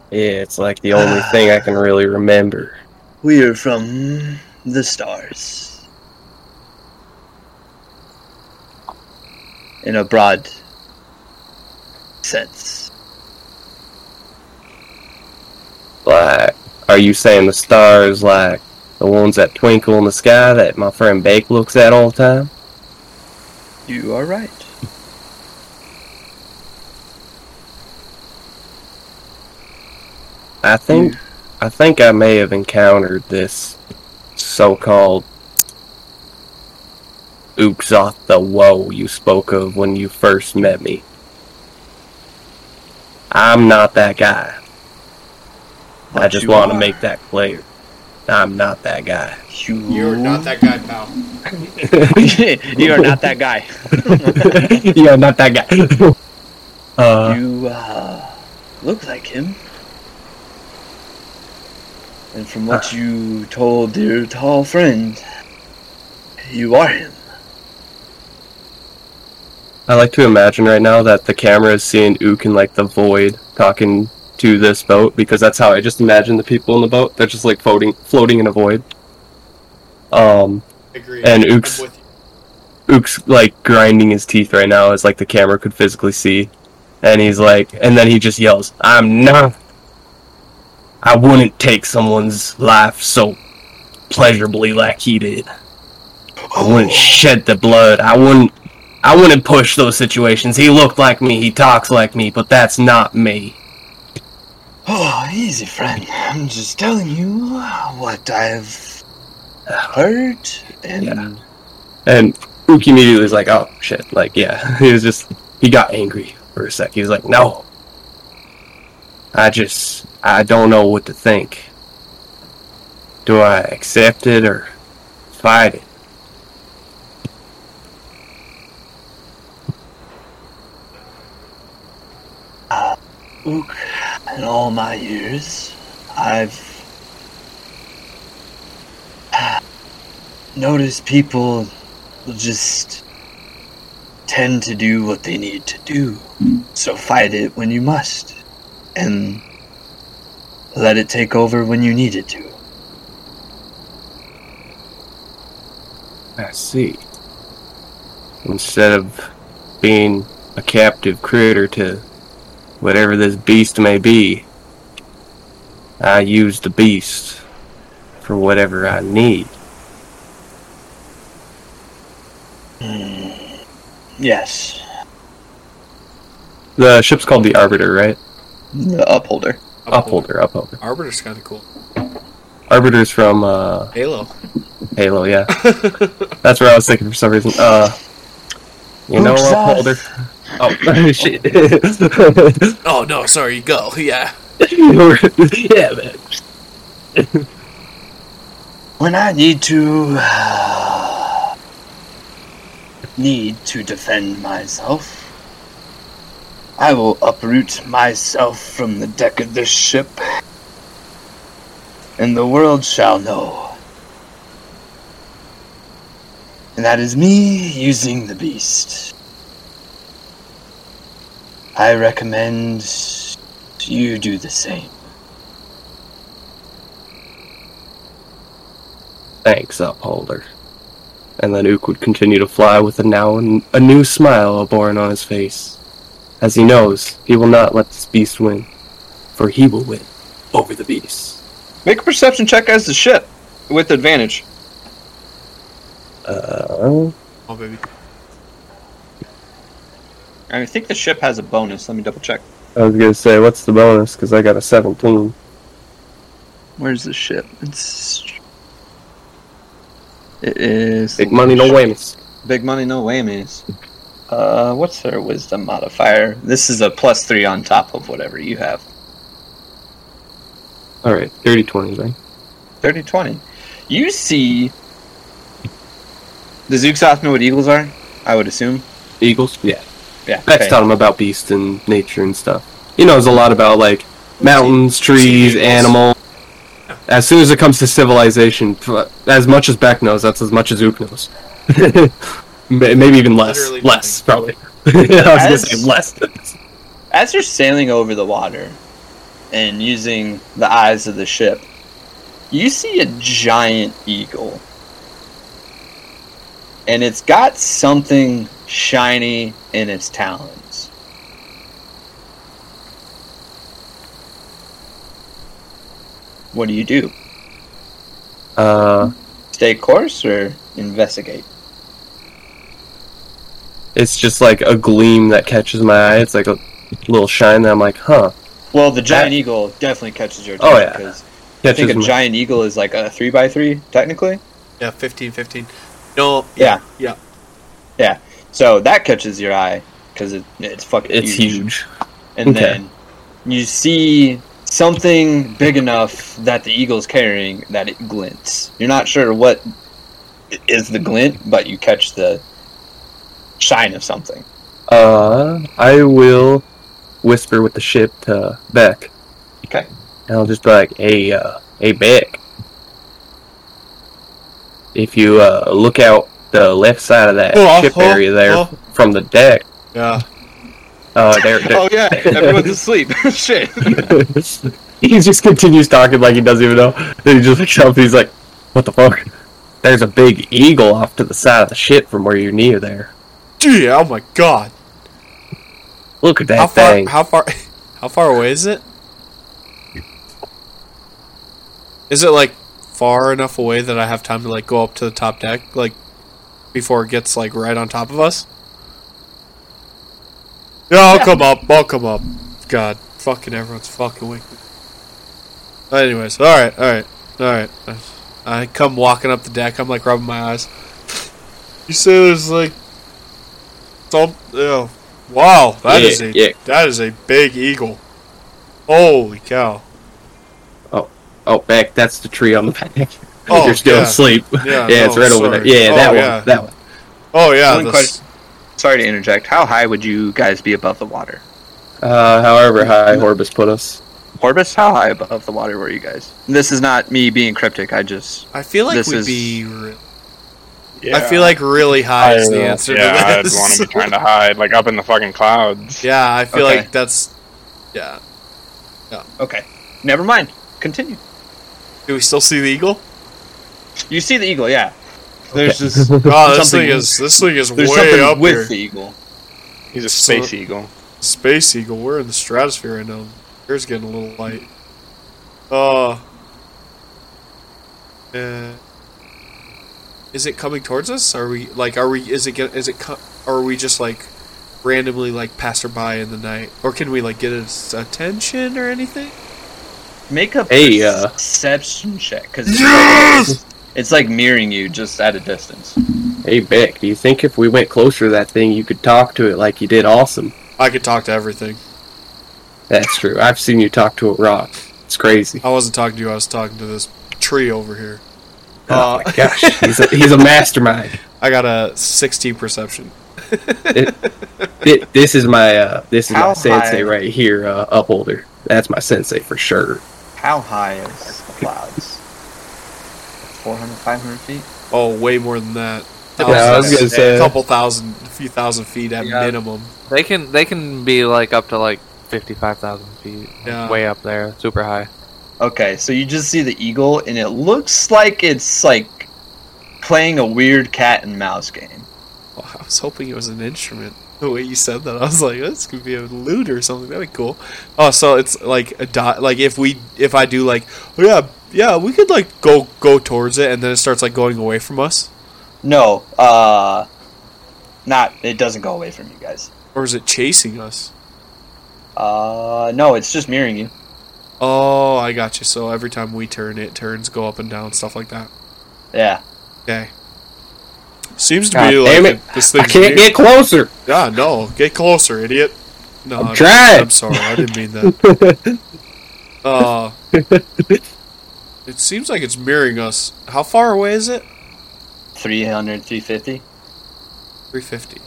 S4: Yeah, it's like the only thing I can really remember.
S1: We're from the stars. In a broad sense.
S4: Like, are you saying the stars like the ones that twinkle in the sky that my friend Bake looks at all the time?
S1: You are right.
S4: I think I think I may have encountered this so-called Uxoth the Woe you spoke of when you first met me. I'm not that guy. I
S1: But
S4: just
S1: you
S4: want to
S1: are.
S4: make that clear. I'm not that guy.
S1: You,
S2: You're not that guy, pal.
S1: you are not that guy.
S4: yeah, not that guy. uh,
S1: You uh, look like him. And from what you told your tall friend, you are him.
S4: I like to imagine right now that the camera is seeing Ook in like the void talking to this boat because that's how I just imagine the people in the boat. They're just like floating, floating in a void. Um,
S2: Agreed.
S4: And
S2: I'm
S4: Ooks.
S2: with you.
S4: Ook's like grinding his teeth right now as like the camera could physically see, and he's like, and then he just yells, "I'm not. I wouldn't take someone's life so pleasurably like he did. I wouldn't shed the blood. I wouldn't. I wouldn't push those situations. He looked like me. He talks like me, but that's not me.
S1: Oh, easy, friend. I'm just telling you what I've heard, and
S4: Yeah. And Ook immediately is like, oh shit, like yeah. He was just he got angry for a sec. He was like, no. I just I don't know what to think. Do I accept it or fight it?
S1: Ook, in all my years, I've uh, noticed people will just tend to do what they need to do. So fight it when you must, and let it take over when you need it to.
S4: I see. Instead of being a captive critter to whatever this beast may be, I use the beast for whatever I need.
S1: Yes,
S4: The ship's called the Arbiter, right?
S1: the upholder.
S4: Upholder, upholder.
S2: Arbiter's kind of cool.
S4: Arbiter's from uh,
S2: Halo.
S4: Halo, yeah. That's where I was thinking for some reason. Uh, you know,
S1: Who's that?
S4: Upholder. Oh shit! yeah,
S2: Oh no, sorry. You go. Yeah.
S4: man.
S1: When I need to need to defend myself, I will uproot myself from the deck of this ship, and the world shall know. And that is me using the beast. I recommend you do the same.
S4: Thanks, Upholder. And then Ook would continue to fly with a now n- a new smile born on his face, as he knows he will not let this beast win, for he will win over the beast.
S1: Make a perception check as the ship with advantage.
S4: Uh,
S2: Oh baby.
S1: I think the ship has a bonus. Let me double check.
S4: I was gonna say, what's the bonus? Because I got a seventeen.
S1: Where's the ship? It's. It is.
S4: Big money, no whammies.
S1: Big money, no whammies. Uh, what's their wisdom modifier? This is a plus three on top of whatever you have.
S4: All right, dirty twenty then.
S1: 30 20. You see. Does Uxoth know what eagles are? I would assume.
S4: Eagles. Yeah.
S1: Yeah.
S4: Beck's
S1: okay.
S4: taught him about beasts and nature and stuff. He knows a lot about like mountains, trees,
S2: eagles.
S4: animals. As soon as it comes to civilization, pff, as much as Beck knows, that's as much as Ook knows. May- Maybe even less.
S2: Literally
S4: less, probably. I was gonna
S1: As-
S4: say less.
S1: As you're sailing over the water and using the eyes of the ship, you see a giant eagle. And it's got something shiny in its talons. What do you do?
S4: Uh,
S1: Stay course or investigate?
S4: it's just like a gleam that catches my eye. It's like a little shine that I'm like, huh?
S1: Well, the giant
S4: Yeah.
S1: eagle definitely catches your
S4: Oh,
S1: attention
S4: yeah.
S1: because I
S4: Catches
S1: think a
S4: my.
S1: giant eagle is like a three by three technically.
S2: Yeah, 15, 15. No,
S1: Yeah.
S2: Yeah.
S1: Yeah. So that catches your eye because it, it's fucking.
S4: it's huge.
S1: And
S4: Okay.
S1: then you see something big enough that the eagle's carrying that it glints. You're not sure what i- is the glint, but you catch the shine of something.
S4: Uh, I will whisper with the ship to Beck.
S1: Okay.
S4: And I'll just be like, hey, uh, hey, Beck. If you, uh, look out the left side of that
S2: Oh,
S4: ship
S2: oh,
S4: area there
S2: oh.
S4: from the deck,
S2: Yeah.
S4: uh, there,
S2: Oh,
S4: there.
S1: Oh, yeah, everyone's asleep. Shit.
S4: he just continues talking like he doesn't even know. Then he just looks up and he's like, what the fuck? There's a big eagle off to the side of the ship from where you're near there.
S2: Gee, oh my god.
S4: Look at that
S2: How far
S4: thing.
S2: how far how far away is it? Is it like far enough away that I have time to like go up to the top deck like before it gets like right on top of us? Yeah, I'll come up. I'll come up. God, fucking everyone's fucking weak. Anyways, all right, all right, all right. I come walking up the deck. I'm like rubbing my eyes. You sailors like, some, oh, wow, that
S4: Yeah,
S2: is a
S4: yeah.
S2: that is a big eagle. Holy cow!
S4: Oh, Beck, that's the tree on the back.
S2: Oh,
S4: You're still
S2: yeah.
S4: asleep.
S2: Yeah,
S4: Yeah, it's
S2: no,
S4: right over there.
S2: sorry.
S4: Yeah,
S2: Oh,
S4: that
S2: yeah.
S4: one. That one.
S2: Oh yeah,
S1: One
S2: this-
S1: question. Sorry to interject. How high would you guys be above the water?
S4: Uh, however high Horbus put us.
S1: Orbis, how high above the water were you guys? This is not me being cryptic. I just
S2: I feel like
S1: This
S2: we'd
S1: is-
S2: be. Re-
S6: Yeah.
S2: I feel like really high is the answer
S6: Yeah,
S2: to this.
S6: I'd want to be trying to hide, like up in the fucking clouds.
S2: yeah, I feel
S1: Okay.
S2: like that's. Yeah.
S1: okay. Never mind. Continue.
S2: Do we still see the eagle?
S1: You see the eagle, yeah. There's just
S2: Oh, this
S1: Something-
S2: thing is this thing is
S1: there's
S2: way
S1: something
S2: up
S1: with
S2: here.
S1: the eagle.
S6: He's a
S2: So-
S6: space eagle.
S2: Space eagle. We're in the stratosphere right now. Here's getting a little light. Uh. uh, Is it coming towards us? Are we like? Are we? Is it? Get, is it? Co- are we just like randomly like passerby in the night, or can we like get its attention or anything?
S1: Make a
S4: Hey, uh,
S1: perception check because it's like mirroring you just at a distance.
S4: Hey, Beck, do you think if we went closer to that thing, you could talk to it like you did Awesome?
S2: I could talk to everything.
S4: That's true. I've seen you talk to a rock. It's crazy.
S2: I wasn't talking to you. I was talking to this tree over here.
S4: Oh
S2: Uh,
S4: my gosh, he's a, he's a mastermind.
S2: I got a 16 perception.
S4: Thi- this is my uh, this is
S1: How
S4: my sensei
S1: high?
S4: right here, uh, upholder. That's my sensei for sure.
S1: How high is the clouds? 400, 500 feet?
S2: Oh, way more than that.
S5: Yeah,
S4: I was gonna say-
S2: Oh, a couple thousand, a few thousand feet at
S5: Yeah.
S2: minimum.
S5: They can they can be like up to like fifty five thousand feet,
S2: Yeah.
S5: way up there, super high.
S1: Okay, so you just see the eagle, and it looks like it's like playing a weird cat and mouse game.
S2: Well, I was hoping it was an instrument. The way you said that, I was like, "Oh, this could be a lute or something. That'd be cool. Oh, so it's like a dot. Like if we, if I do like, oh yeah, yeah, we could like go go towards it, and then it starts like going away from us.
S1: No, uh, not. It doesn't go away from you guys.
S2: Or is it chasing us?
S1: Uh, no, it's just mirroring you.
S2: Oh, I got you. So every time we turn, it turns, go up and down, stuff like that.
S1: Yeah.
S2: Okay. Seems to
S7: God
S2: be
S7: damn
S2: like
S7: it.
S2: this
S7: I
S2: thing's
S7: can't
S2: new.
S7: get closer.
S2: God, Ah, no. Get closer, idiot. No,
S7: I'm
S2: no,
S7: trying.
S2: I'm sorry. I didn't mean that. uh, it seems like it's mirroring us. How far away is it?
S1: 300, 350.
S2: 350.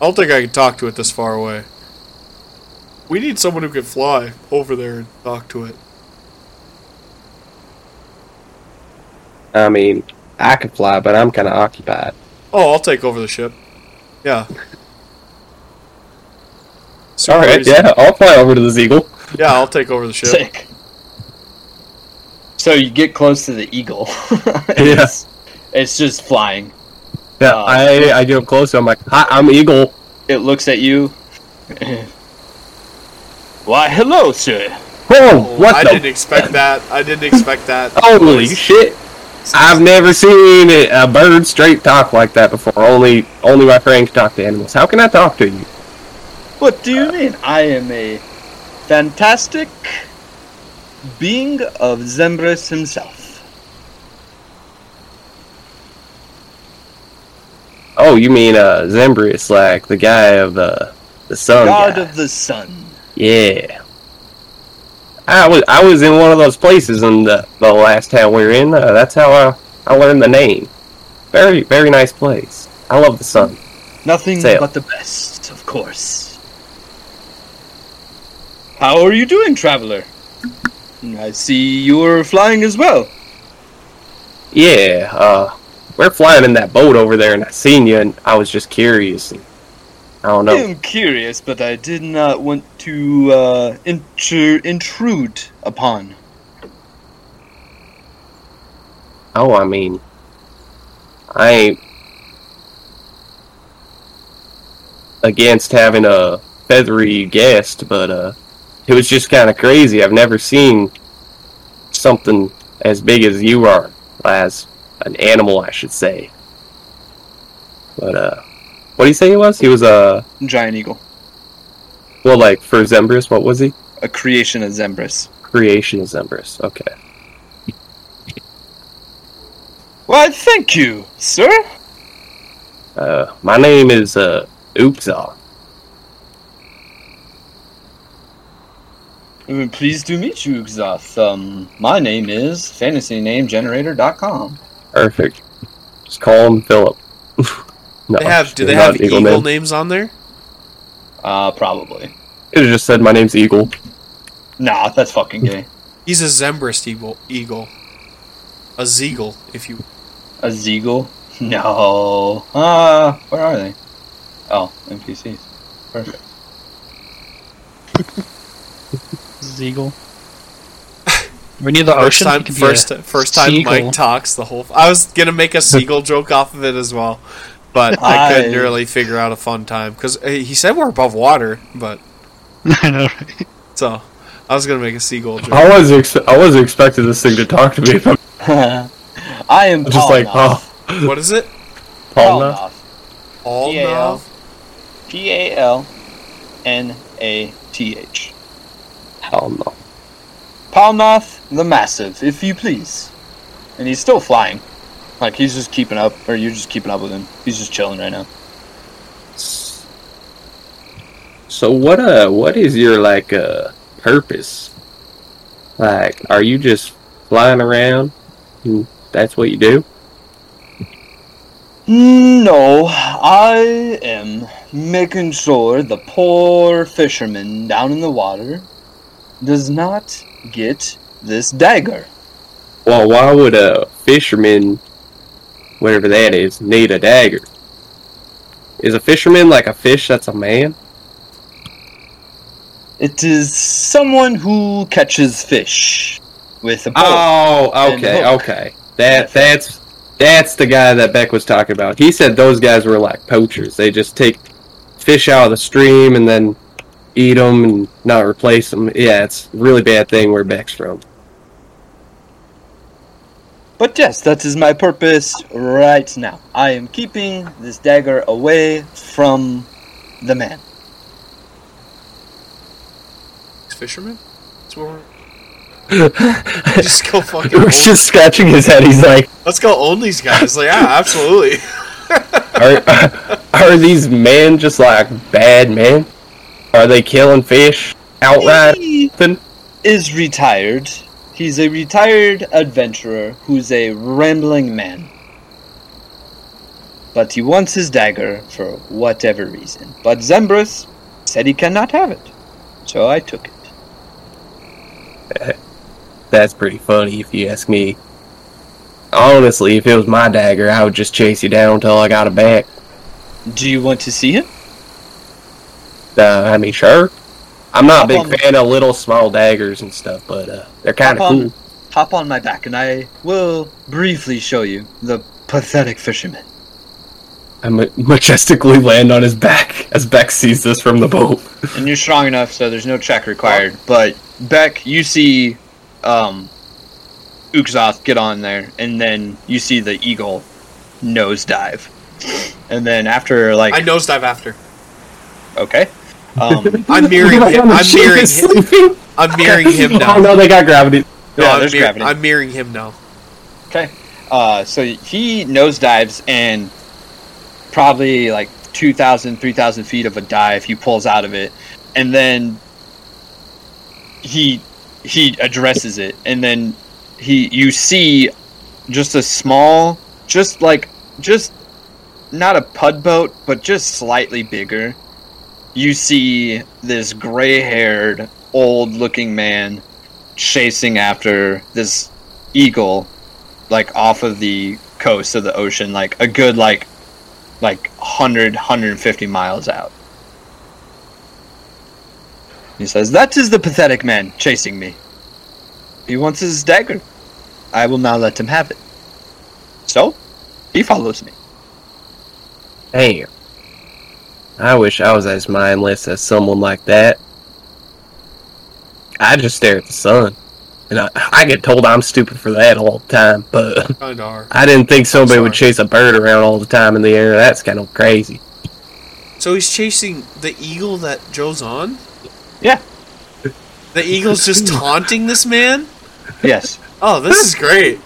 S2: I don't think I can talk to it this far away. We need someone who can fly over there and talk to it.
S4: I mean, I could fly, but I'm kind of occupied.
S2: Oh, I'll take over the ship. Yeah. Super
S4: All right,
S2: easy.
S4: yeah, I'll fly over to this eagle.
S2: Yeah, I'll take over the ship.
S1: Sick. So you get close to the eagle.
S4: Yes.
S1: It's just flying.
S4: Yeah,
S1: Uh,
S4: I, I get up close. I'm like, Hi, I'm eagle.
S1: It looks at you. Why, hello, sir.
S4: Whoa, what
S2: Oh, I
S4: the?
S2: didn't expect that. I didn't expect that.
S4: Holy shit! I've never seen a a bird straight talk like that before. Only, only my friend can talk to animals. How can I talk to you?
S1: What do you mean? I am a fantastic being of Zembris himself.
S4: Oh, you mean uh, Zembrius, like the guy of uh, the sun?
S1: God
S4: guy.
S1: of the sun.
S4: Yeah. I was I was in one of those places in the, the last town we were in. Uh, that's how I, I learned the name. Very very nice place. I love the sun.
S1: Nothing
S4: Sail.
S1: but the best, of course. How are you doing, traveler? I see you're flying as well.
S4: Yeah. Uh, we're flying in that boat over there, and I seen you, and I was just curious. And I don't know.
S1: I'm curious, but I did not want to uh, inter- intrude upon.
S4: Oh, I mean, I ain't against having a feathery guest, but uh, it was just kind of crazy. I've never seen something as big as you are, as an animal, I should say. But uh, what did he say he was? He was uh,
S1: Giant Eagle,
S4: well, like for Zembrus, what was he?
S1: a creation of Zembris.
S4: Creation of Zembrus. Okay.
S1: Why, thank you, sir.
S4: Uh, my name is uh, Oopsa.
S1: Uh, Pleased to meet you, Xoth. Um, my name is fantasynamegenerator.com.
S4: Perfect. Just call him Philip. no,
S2: They have. Do they
S4: Oh, not
S2: have eagle,
S4: Man.
S2: names on there?
S1: Uh, probably.
S4: It just said my name's Eagle.
S1: Nah, that's fucking gay.
S2: He's a Zembrist eagle. Eagle. A Zeagle, if you.
S1: A Zeagle? No. Uh, where are they? Oh, NPCs. Perfect.
S3: Zeagle. We need the
S2: First
S3: ocean.
S2: time,
S3: It could be
S2: first,
S3: a
S2: first time
S3: Oh, seagull.
S2: Mike talks the whole. I was gonna make a seagull joke off of it as well, but I couldn't
S1: I-
S2: really figure out a fun time because he said we're above water, but
S3: I know, right?
S2: so I was gonna make a seagull joke.
S4: I was ex- I was expecting this thing to talk to me. I'm
S1: I am
S4: just like,
S1: Palnoth.
S4: oh,
S2: What is it?
S4: Palna.
S2: All
S1: Yeah.
S2: now?
S1: P A L N A T H.
S4: Palna.
S1: Palnoth the Massive, if you please. And he's still flying. Like, he's just keeping up, or you're just keeping up with him. He's just chilling right now.
S4: So what uh what is your like uh purpose? Like, are you just flying around? and That's what you do?
S1: No, I am making sure the poor fisherman down in the water does not get this dagger.
S4: Well, why would a fisherman, whatever that is, need a dagger? Is a fisherman like a fish that's a man?
S1: It is someone who catches fish with a bow.
S4: Oh,
S1: And
S4: okay,
S1: hook.
S4: okay. That that's that's the guy that Beck was talking about. He said those guys were like poachers. They just take fish out of the stream and then eat them and not replace them. Yeah, it's a really bad thing where Beck's from.
S1: But yes, that is my purpose right now. I am keeping this dagger away from the man.
S2: Fisherman. That's what we're- Just go fucking.
S4: Rook's
S2: old-
S4: just scratching his head. He's like,
S2: Let's go oldies guys. Like, yeah, absolutely.
S4: are, are these men just like bad men? Are they killing fish outright? Then
S1: is retired. He's a retired adventurer who's a rambling man. But he wants his dagger for whatever reason. But Zembrus said he cannot have it. So I took it.
S4: that's pretty funny if you ask me. Honestly, if it was my dagger, I would just chase you down until I got it back.
S1: Do you want to see him?
S4: Uh, I mean, sure. I'm not a
S1: Hop on-
S4: big fan of little small daggers and stuff, but uh, they're kind of
S1: Hop on.
S4: cool.
S1: Hop on my back and I will briefly show you the pathetic fisherman.
S4: I ma- majestically land on his back as Beck sees this from the boat.
S1: And you're strong enough, so there's no check required. But Beck, you see, um, Uxoth get on there, and then you see the eagle nosedive. And then after like
S2: I nosedive after.
S1: okay, um,
S2: I'm mirroring him. I'm mirroring him.
S4: sleeping.
S2: I'm mirroring him
S4: Oh
S2: now.
S4: no, they got gravity.
S2: No,
S1: Yeah,
S2: I'm,
S1: there's
S2: mir-
S1: gravity.
S2: I'm mirroring him now.
S1: uh, so he nosedives and probably like 2,000, 3,000 feet of a dive. He pulls out of it, and then he he addresses it, and then he you see just a small, just like just not a pud boat, but just slightly bigger. You see this gray-haired, old-looking man chasing after this eagle like off of the coast of the ocean like a good like like 100 150 miles out he says that is the pathetic man chasing me he wants his dagger i will now let him have it so he follows me
S4: Damn. I wish I was as mindless as someone like that. I just stare at the sun. And I, I get told I'm stupid for that all the time, but
S2: Kind are.
S4: I didn't think somebody would
S2: Sorry.
S4: chase a bird around all the time in the air. That's kind of crazy.
S2: So he's chasing the eagle that Joe's on?
S1: Yeah.
S2: The eagle's just taunting this man?
S1: yes
S2: Oh, this is great.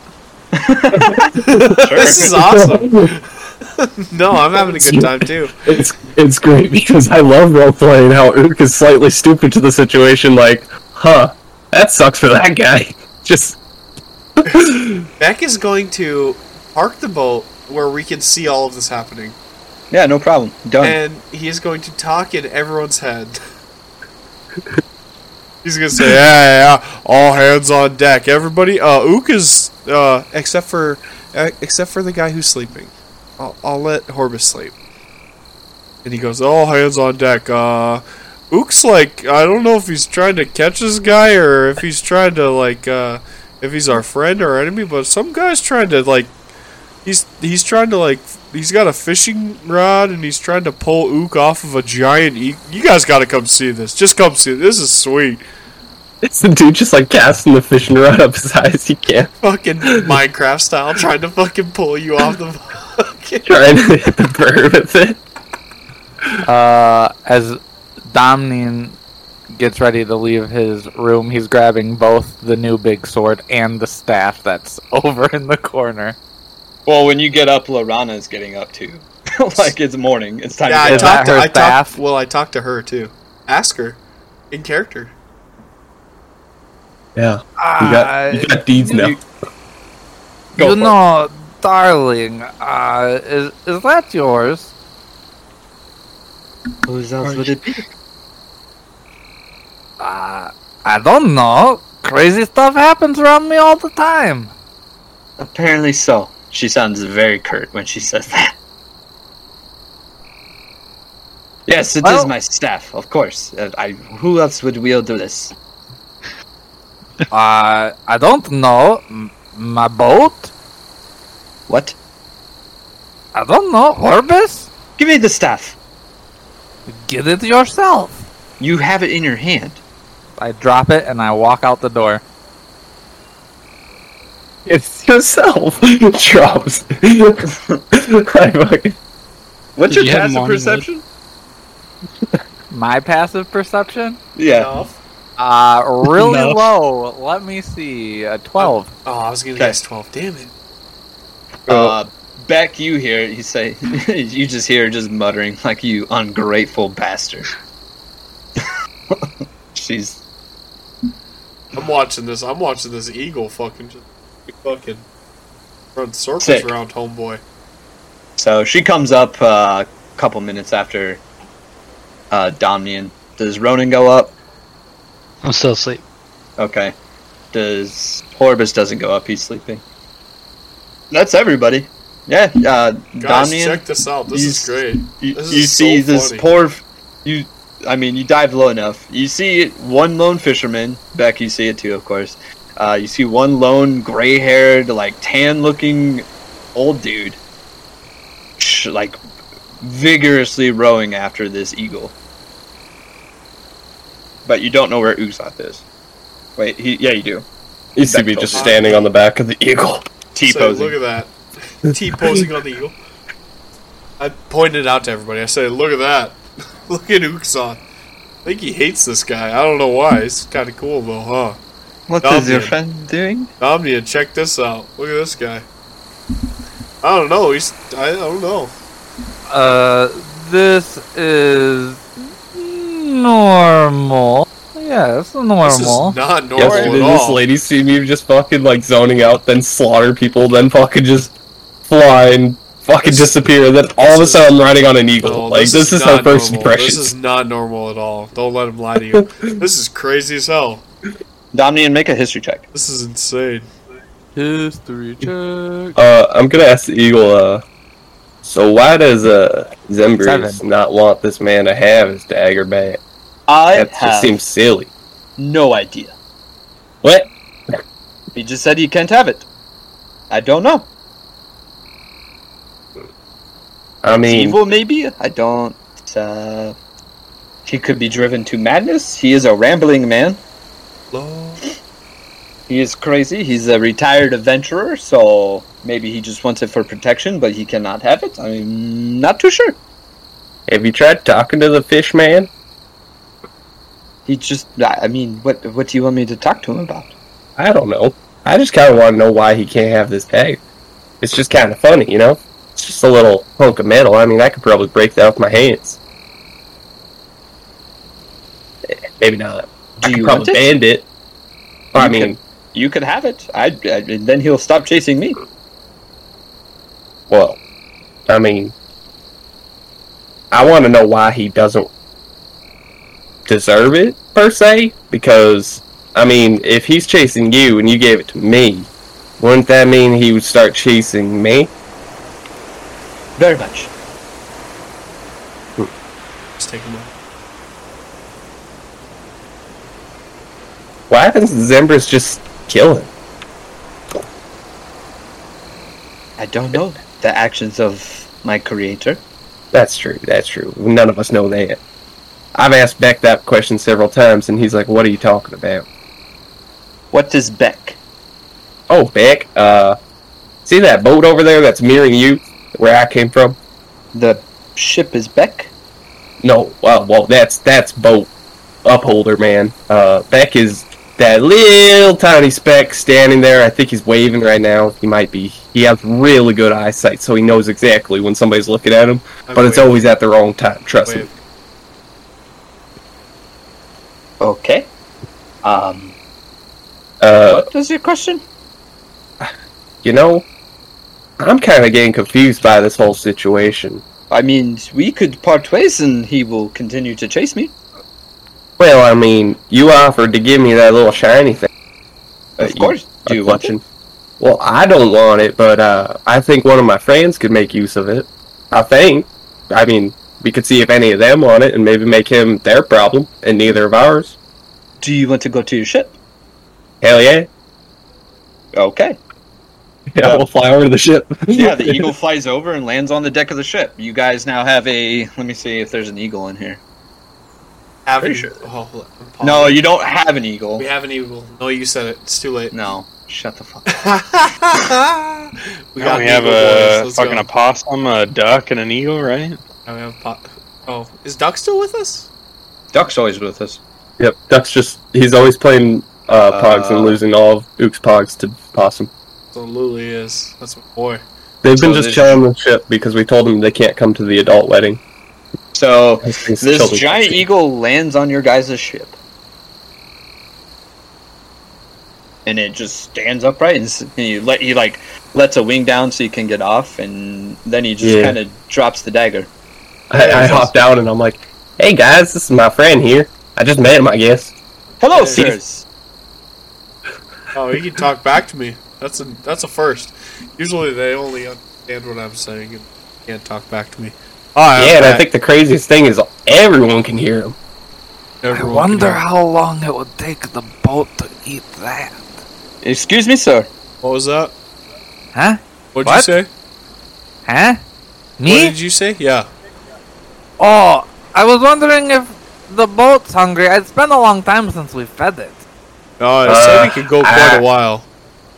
S1: sure.
S2: This is awesome. No, I'm having a good time too.
S4: It's it's great because I love role playing how Ook is slightly stupid to the situation. Like, huh, that sucks for that guy. Just
S2: Beck is going to park the boat where we can see all of this happening.
S1: yeah no problem done
S2: And he is going to talk in everyone's head. He's gonna say, "Yeah, yeah, yeah, all hands on deck, everybody." Uh, Ook is, uh, except for, uh, except for the guy who's sleeping. I'll, I'll let Horbus sleep. And he goes, "All hands on deck." Uh, Ook's like, I don't know if he's trying to catch this guy or if he's trying to like, uh, if he's our friend or enemy, but some guy's trying to like He's he's trying to like he's got a fishing rod and he's trying to pull Ook off of a giant. E- you guys got to come see this. Just come see this is sweet.
S4: it's the dude just like casting the fishing rod up as high as he can,
S2: Fucking Minecraft style, trying to fucking pull you off the. fucking-
S4: trying to hit the bird with it.
S5: Uh, as Domnin gets ready to leave his room, he's grabbing both the new big sword and the staff that's over in the corner.
S1: well when you get up lorana's getting up too like it's morning it's time
S2: yeah,
S1: to
S2: I
S1: go
S5: Is that
S2: talked. To,
S5: her
S2: I talked.
S5: bath?
S2: Well, I talked to her too. Ask her, in character.
S4: Yeah, you got Uh, you got deeds now.
S1: Go
S5: you
S1: for it.
S5: know, darling, uh, is, is that yours?
S1: Whose else would it be?
S5: Uh, I don't know. Crazy stuff happens around me all the time.
S1: apparently so she sounds very curt when she says that yes it is
S5: Well-
S1: my staff of course Uh, I, who else would wield this
S5: Uh, I don't know. M- my boat?
S1: what
S5: I don't know. Orbis?
S1: give me the staff
S5: Get it yourself.
S1: you have it in your hand
S5: I drop it and I walk out the door.
S4: It's yourself. Drops. I fucking-
S1: what's
S3: your You have passive morning wood. perception?
S5: My passive perception?
S1: yeah
S2: No.
S5: Uh, really low. Let me see. A 12.
S2: Oh, I was gonna
S1: Okay.
S2: guess twelve. Damn it!
S1: Uh,
S3: Oh.
S1: Beck, you hear it, you say, you just hear it just muttering like you ungrateful bastard. She's
S2: I'm watching this. I'm watching this eagle fucking, just fucking run circles
S1: Sick.
S2: around homeboy.
S1: so she comes up uh, a couple minutes after uh, Domnian. Does Ronan go up?
S3: I'm still asleep.
S1: Okay. Does Horbus doesn't go up? He's sleeping. That's everybody. Yeah. Uh,
S2: Guys,
S1: Domnian.
S2: check this out. This
S1: he's-
S2: is great.
S1: you,
S2: This
S1: you
S2: is
S1: see
S2: so
S1: this
S2: funny.
S1: poor you i mean you dive low enough you see one lone fisherman beck you see it too of course uh, you see one lone gray-haired like tan looking old dude sh- like vigorously rowing after this eagle but you don't know where Uzoth is wait he, yeah you do
S4: You see me just standing on the back of the eagle.
S2: So,
S1: t-posing
S2: look at that. T posing on the eagle. I pointed it out to everybody. I said, "Look at that! look at Uxon. I think he hates this guy. I don't know why. It's kind of cool though, huh?"
S1: what
S2: is
S1: is
S2: your
S1: your
S2: Dominion.
S1: friend doing
S2: Omnia, check this out. Look at this guy. I don't know. He's I, I don't know.
S5: Uh, this is normal. Yeah, it's
S2: This is
S5: normal.
S2: not normal
S4: Yesterday,
S2: at
S4: this
S2: all.
S4: lady see me just fucking like zoning out, then slaughter people, then fucking just fly and fucking
S2: This-
S4: disappear. Then all of a
S2: is-
S4: sudden, I'm riding on an eagle.
S2: No,
S4: like Oh, this, is, her
S2: not
S4: first
S2: normal. This
S4: impression.
S2: is not normal at all. Don't let him lie to you. this is crazy as hell.
S1: Dominion make a history check
S2: This is insane.
S5: History check.
S4: Uh, I'm gonna ask the eagle. Uh, so why does uh Zembrius
S5: Seven.
S4: not want this man to have his dagger back?
S1: i
S4: That
S1: have
S4: just seems silly.
S1: no idea
S4: What?
S1: He just said he can't have it. I don't know.
S4: I
S1: It's
S4: mean,
S1: evil, maybe? I don't. Uh, he could be driven to madness. He is a rambling man.
S2: Lord.
S1: He is crazy. He's a retired adventurer, so maybe he just wants it for protection, but he cannot have it. I'm not too sure.
S4: have you tried talking to the fish man?
S1: He just. I I mean, what what do you want me to talk to him about?
S4: I don't know. I just kind of want to know why he can't have this dagger. It's just kind of funny, you know? It's just a little hunk of metal. I mean, I could probably break that with my hands. Eh, Maybe not.
S1: Do
S4: I could
S1: you want
S4: probably
S1: it?
S4: band it. Or, I
S1: You
S4: mean,
S1: You could have it. I, I, and then he'll stop chasing me.
S4: well, I mean, I want to know why he doesn't deserve it, per se, because, I mean, if he's chasing you and you gave it to me, wouldn't that mean he would start chasing me?
S1: Very much.
S2: Just take him out.
S4: What happens if Zembrus just kill him?
S1: I don't know the actions of my creator.
S4: That's true, that's true. None of us know that. I've asked Beck that question several times, and he's like, what are you talking about?
S1: What is Beck?
S4: Oh, Beck, uh, see that boat over there that's mirroring you, where I came from?
S1: The ship is Beck.
S4: No, well, well, that's, that's boat upholder, man. Uh, Beck is that little tiny speck standing there. I think he's waving right now. He might be. He has really good eyesight, so he knows exactly when somebody's looking at him,
S2: I
S4: but it's
S2: wave,
S4: always at the wrong time, trust me.
S2: wave.
S1: Okay. Um,
S4: Uh,
S1: what was your question?
S4: you know, I'm kind of getting confused by this whole situation.
S1: I mean, we could part ways and he will continue to chase me.
S4: Well, I mean, you offered to give me that little shiny thing.
S1: Of
S4: that you
S1: course.
S4: are
S1: Do you want
S4: clutching.
S1: it?
S4: Well, I don't want it, but uh, I think one of my friends could make use of it. I think. I mean, we could see if any of them want it and maybe make him their problem and neither of ours.
S1: Do you want to go to your ship?
S4: Hell yeah.
S1: Okay.
S4: Yeah, we'll fly over to the ship.
S1: Yeah, the eagle flies over and lands on the deck of the ship. You guys now have a. Let me see if there's an eagle in here.
S2: Have
S1: Pretty
S2: you-
S1: sure.
S2: oh, hold on. I'm
S1: No,
S2: pausing.
S1: you don't have an eagle.
S2: We have an eagle. No, you said it. It's too late.
S1: No. Shut the fuck
S2: we
S1: up.
S2: got
S7: Now we
S2: an
S7: have
S2: eagle,
S7: a
S2: boys. Let's
S7: fucking
S2: go.
S7: opossum, a duck, and an eagle, right?
S2: Now we have a po- oh, is Duck still with us?
S1: Duck's always with us.
S4: Yep, Duck's just he's always playing uh, Pogs
S1: Uh,
S4: and losing all of Ook's Pogs to Possum.
S2: Absolutely is. That's my boy.
S4: They've been
S1: so
S4: just
S1: this-
S4: chilling on the ship because we told them they can't come to the adult wedding.
S1: So
S4: This
S1: this giant eagle lands on your guys' ship, and it just stands upright, and s- and you let he like lets a wing down so you can get off, and then he just
S4: Yeah.
S1: kind of drops the dagger.
S4: I, I hopped out and I'm like, "Hey guys, this is my friend here. I just met him, I guess."
S1: Hello,
S2: Yeah.
S1: sirs.
S2: Oh, he can talk back to me. That's a that's a first. Usually they only understand what I'm saying and can't talk back to me. Hi,
S4: yeah,
S2: I'm
S4: and I
S2: back.
S4: think the craziest thing is everyone can hear him.
S5: I
S2: Everyone can
S5: wonder
S2: hear.
S5: how long it would take the boat to eat that.
S1: Excuse me, sir.
S2: What was that?
S5: Huh?
S2: What'd you
S5: What?
S2: say?
S5: Huh?
S2: What
S5: Me?
S2: did you say? Yeah.
S5: Oh, I was wondering if the boat's hungry. It's been a long time since we fed it.
S2: Oh, it
S4: Uh,
S2: said we could go quite
S4: I-
S2: a while.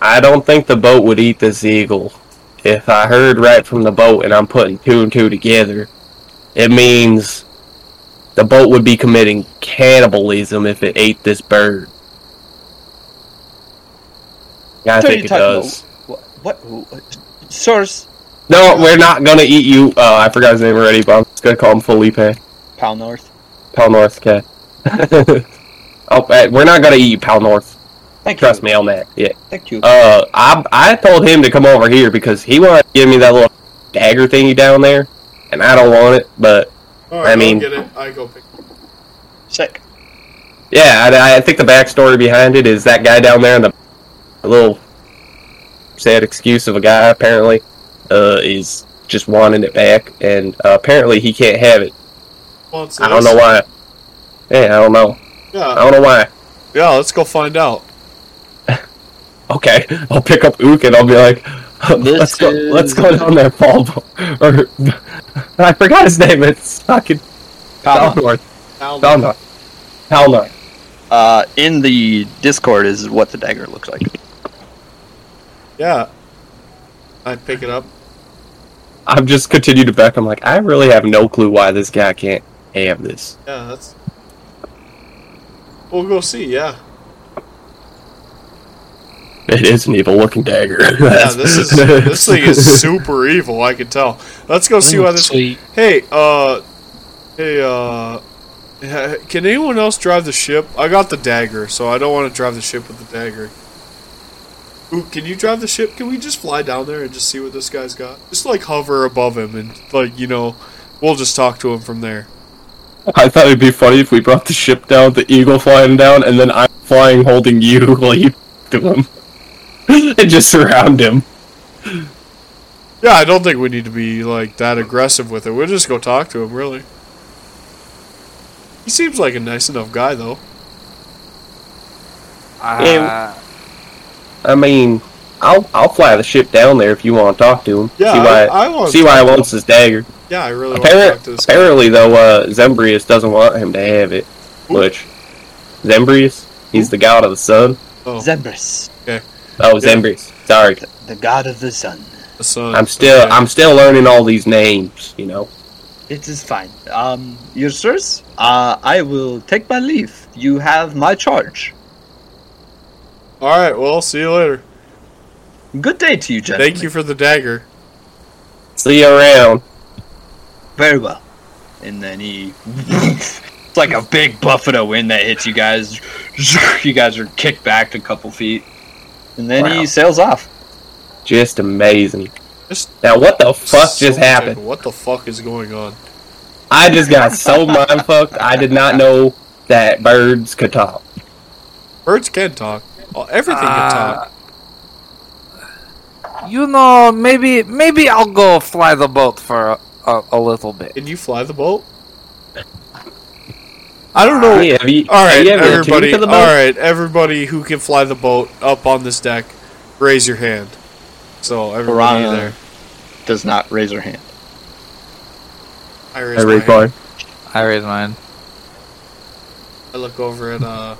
S4: I don't think the boat would eat this eagle. If I heard right from the boat and I'm putting two and two together, it means the boat would be committing cannibalism if it ate this bird. I
S1: What are
S4: think
S1: you
S4: it
S1: talking about?
S4: does.
S1: What, what, what- sirs?
S4: No, we're not gonna eat you. Uh, I forgot his name already, but I'm just gonna call him Felipe.
S1: Pal North.
S4: Pal North, okay. oh, eh, we're not gonna eat you, Pal North.
S1: Thank
S4: Trust
S1: you.
S4: me on that. Yeah.
S1: Thank you.
S4: Uh, I I told him to come over here because he wanted to give me that little dagger thingy down there, and I don't want it. But
S2: All
S4: I mean-
S2: I'll get it. I go pick.
S1: Sick.
S4: yeah, I, I think the backstory behind it is that guy down there in the little sad excuse of a guy apparently uh, is just wanting it back, and uh, apparently he can't have it.
S2: Wants
S4: I don't
S2: this.
S4: know why. Yeah, I don't know. I
S2: Yeah,
S4: don't know why.
S2: yeah. Let's go find out.
S4: Okay, I'll pick up Ook and I'll be like, let's go, let's go down there, Paul. Or I forgot his name. It's fucking Falnor.
S2: Found it.
S4: Falnor. Falnor.
S1: Uh, in the Discord is what the dagger looks like.
S2: Yeah. I pick it up.
S4: I've just continued to back. I'm like, I really have no clue why this guy can't have this.
S2: Yeah, that's. We'll go see. Yeah.
S4: It is an evil-looking dagger.
S2: Yeah. This is this thing is super evil. I can tell. Let's go see why this.
S3: Sweet.
S2: Hey, uh, hey, uh, ha- can anyone else drive the ship? I got the dagger, so I don't want to drive the ship with the dagger. Ooh, can you drive the ship? Can we just fly down there and just see what this guy's got? Just like hover above him and like you know, we'll just talk to him from there.
S4: I thought it'd be funny if we brought the ship down, the eagle flying down, and then I'm flying holding you while you do him. and just surround him.
S2: Yeah, I don't think we need to be like that aggressive with it. We'll just go talk to him, really. He seems like a nice enough guy, though.
S5: Uh,
S4: Yeah. I mean, I'll I'll fly the ship down there if you want to talk to him.
S2: Yeah,
S4: see
S2: I,
S4: why
S2: I want.
S4: see why he wants his dagger.
S2: Yeah, I really want to talk to
S4: Apparently,
S2: this guy.
S4: apparently though, uh, Zembrius doesn't want him to have it. Which Zembrius? He's the god of the sun.
S2: Oh,
S1: Zebras,
S4: Oh,
S2: Yeah.
S4: Zembrius. Sorry,
S1: the god of the sun.
S2: the sun.
S4: I'm still
S2: Okay.
S4: I'm still learning all these names. You know.
S1: It is fine. Um, your sirs, uh, I will take my leave. You have my charge.
S2: All right. Well, see you later.
S1: Good day to you, gentlemen.
S2: Thank you for the dagger.
S4: See you around.
S1: Very well. And then he. it's like a big buffet of wind that hits you guys. you guys are kicked back a couple feet. And then
S4: Wow.
S1: he sails off.
S4: Just amazing.
S2: Just-
S4: Now what the fuck
S2: So
S4: just happened?
S2: sick. What the fuck is going on?
S4: I just got so mind fucked. I did not know that birds could talk.
S2: Birds can talk. Well, everything can talk.
S5: You know, maybe maybe I'll go fly the boat for a, a, a little bit.
S2: Can you fly the boat? I don't know.
S4: Hey, have you,
S2: All
S4: have
S2: right,
S4: you ever tuned
S2: everybody.
S4: to
S2: All
S4: the boat?
S2: right, everybody who can fly the boat up on this deck, raise your hand. So everybody
S1: Piranha.
S2: there,
S1: Does not raise her hand.
S2: I
S4: I
S2: raise my
S4: read
S2: hand.
S4: mine.
S5: I raise mine.
S2: I look over at uh,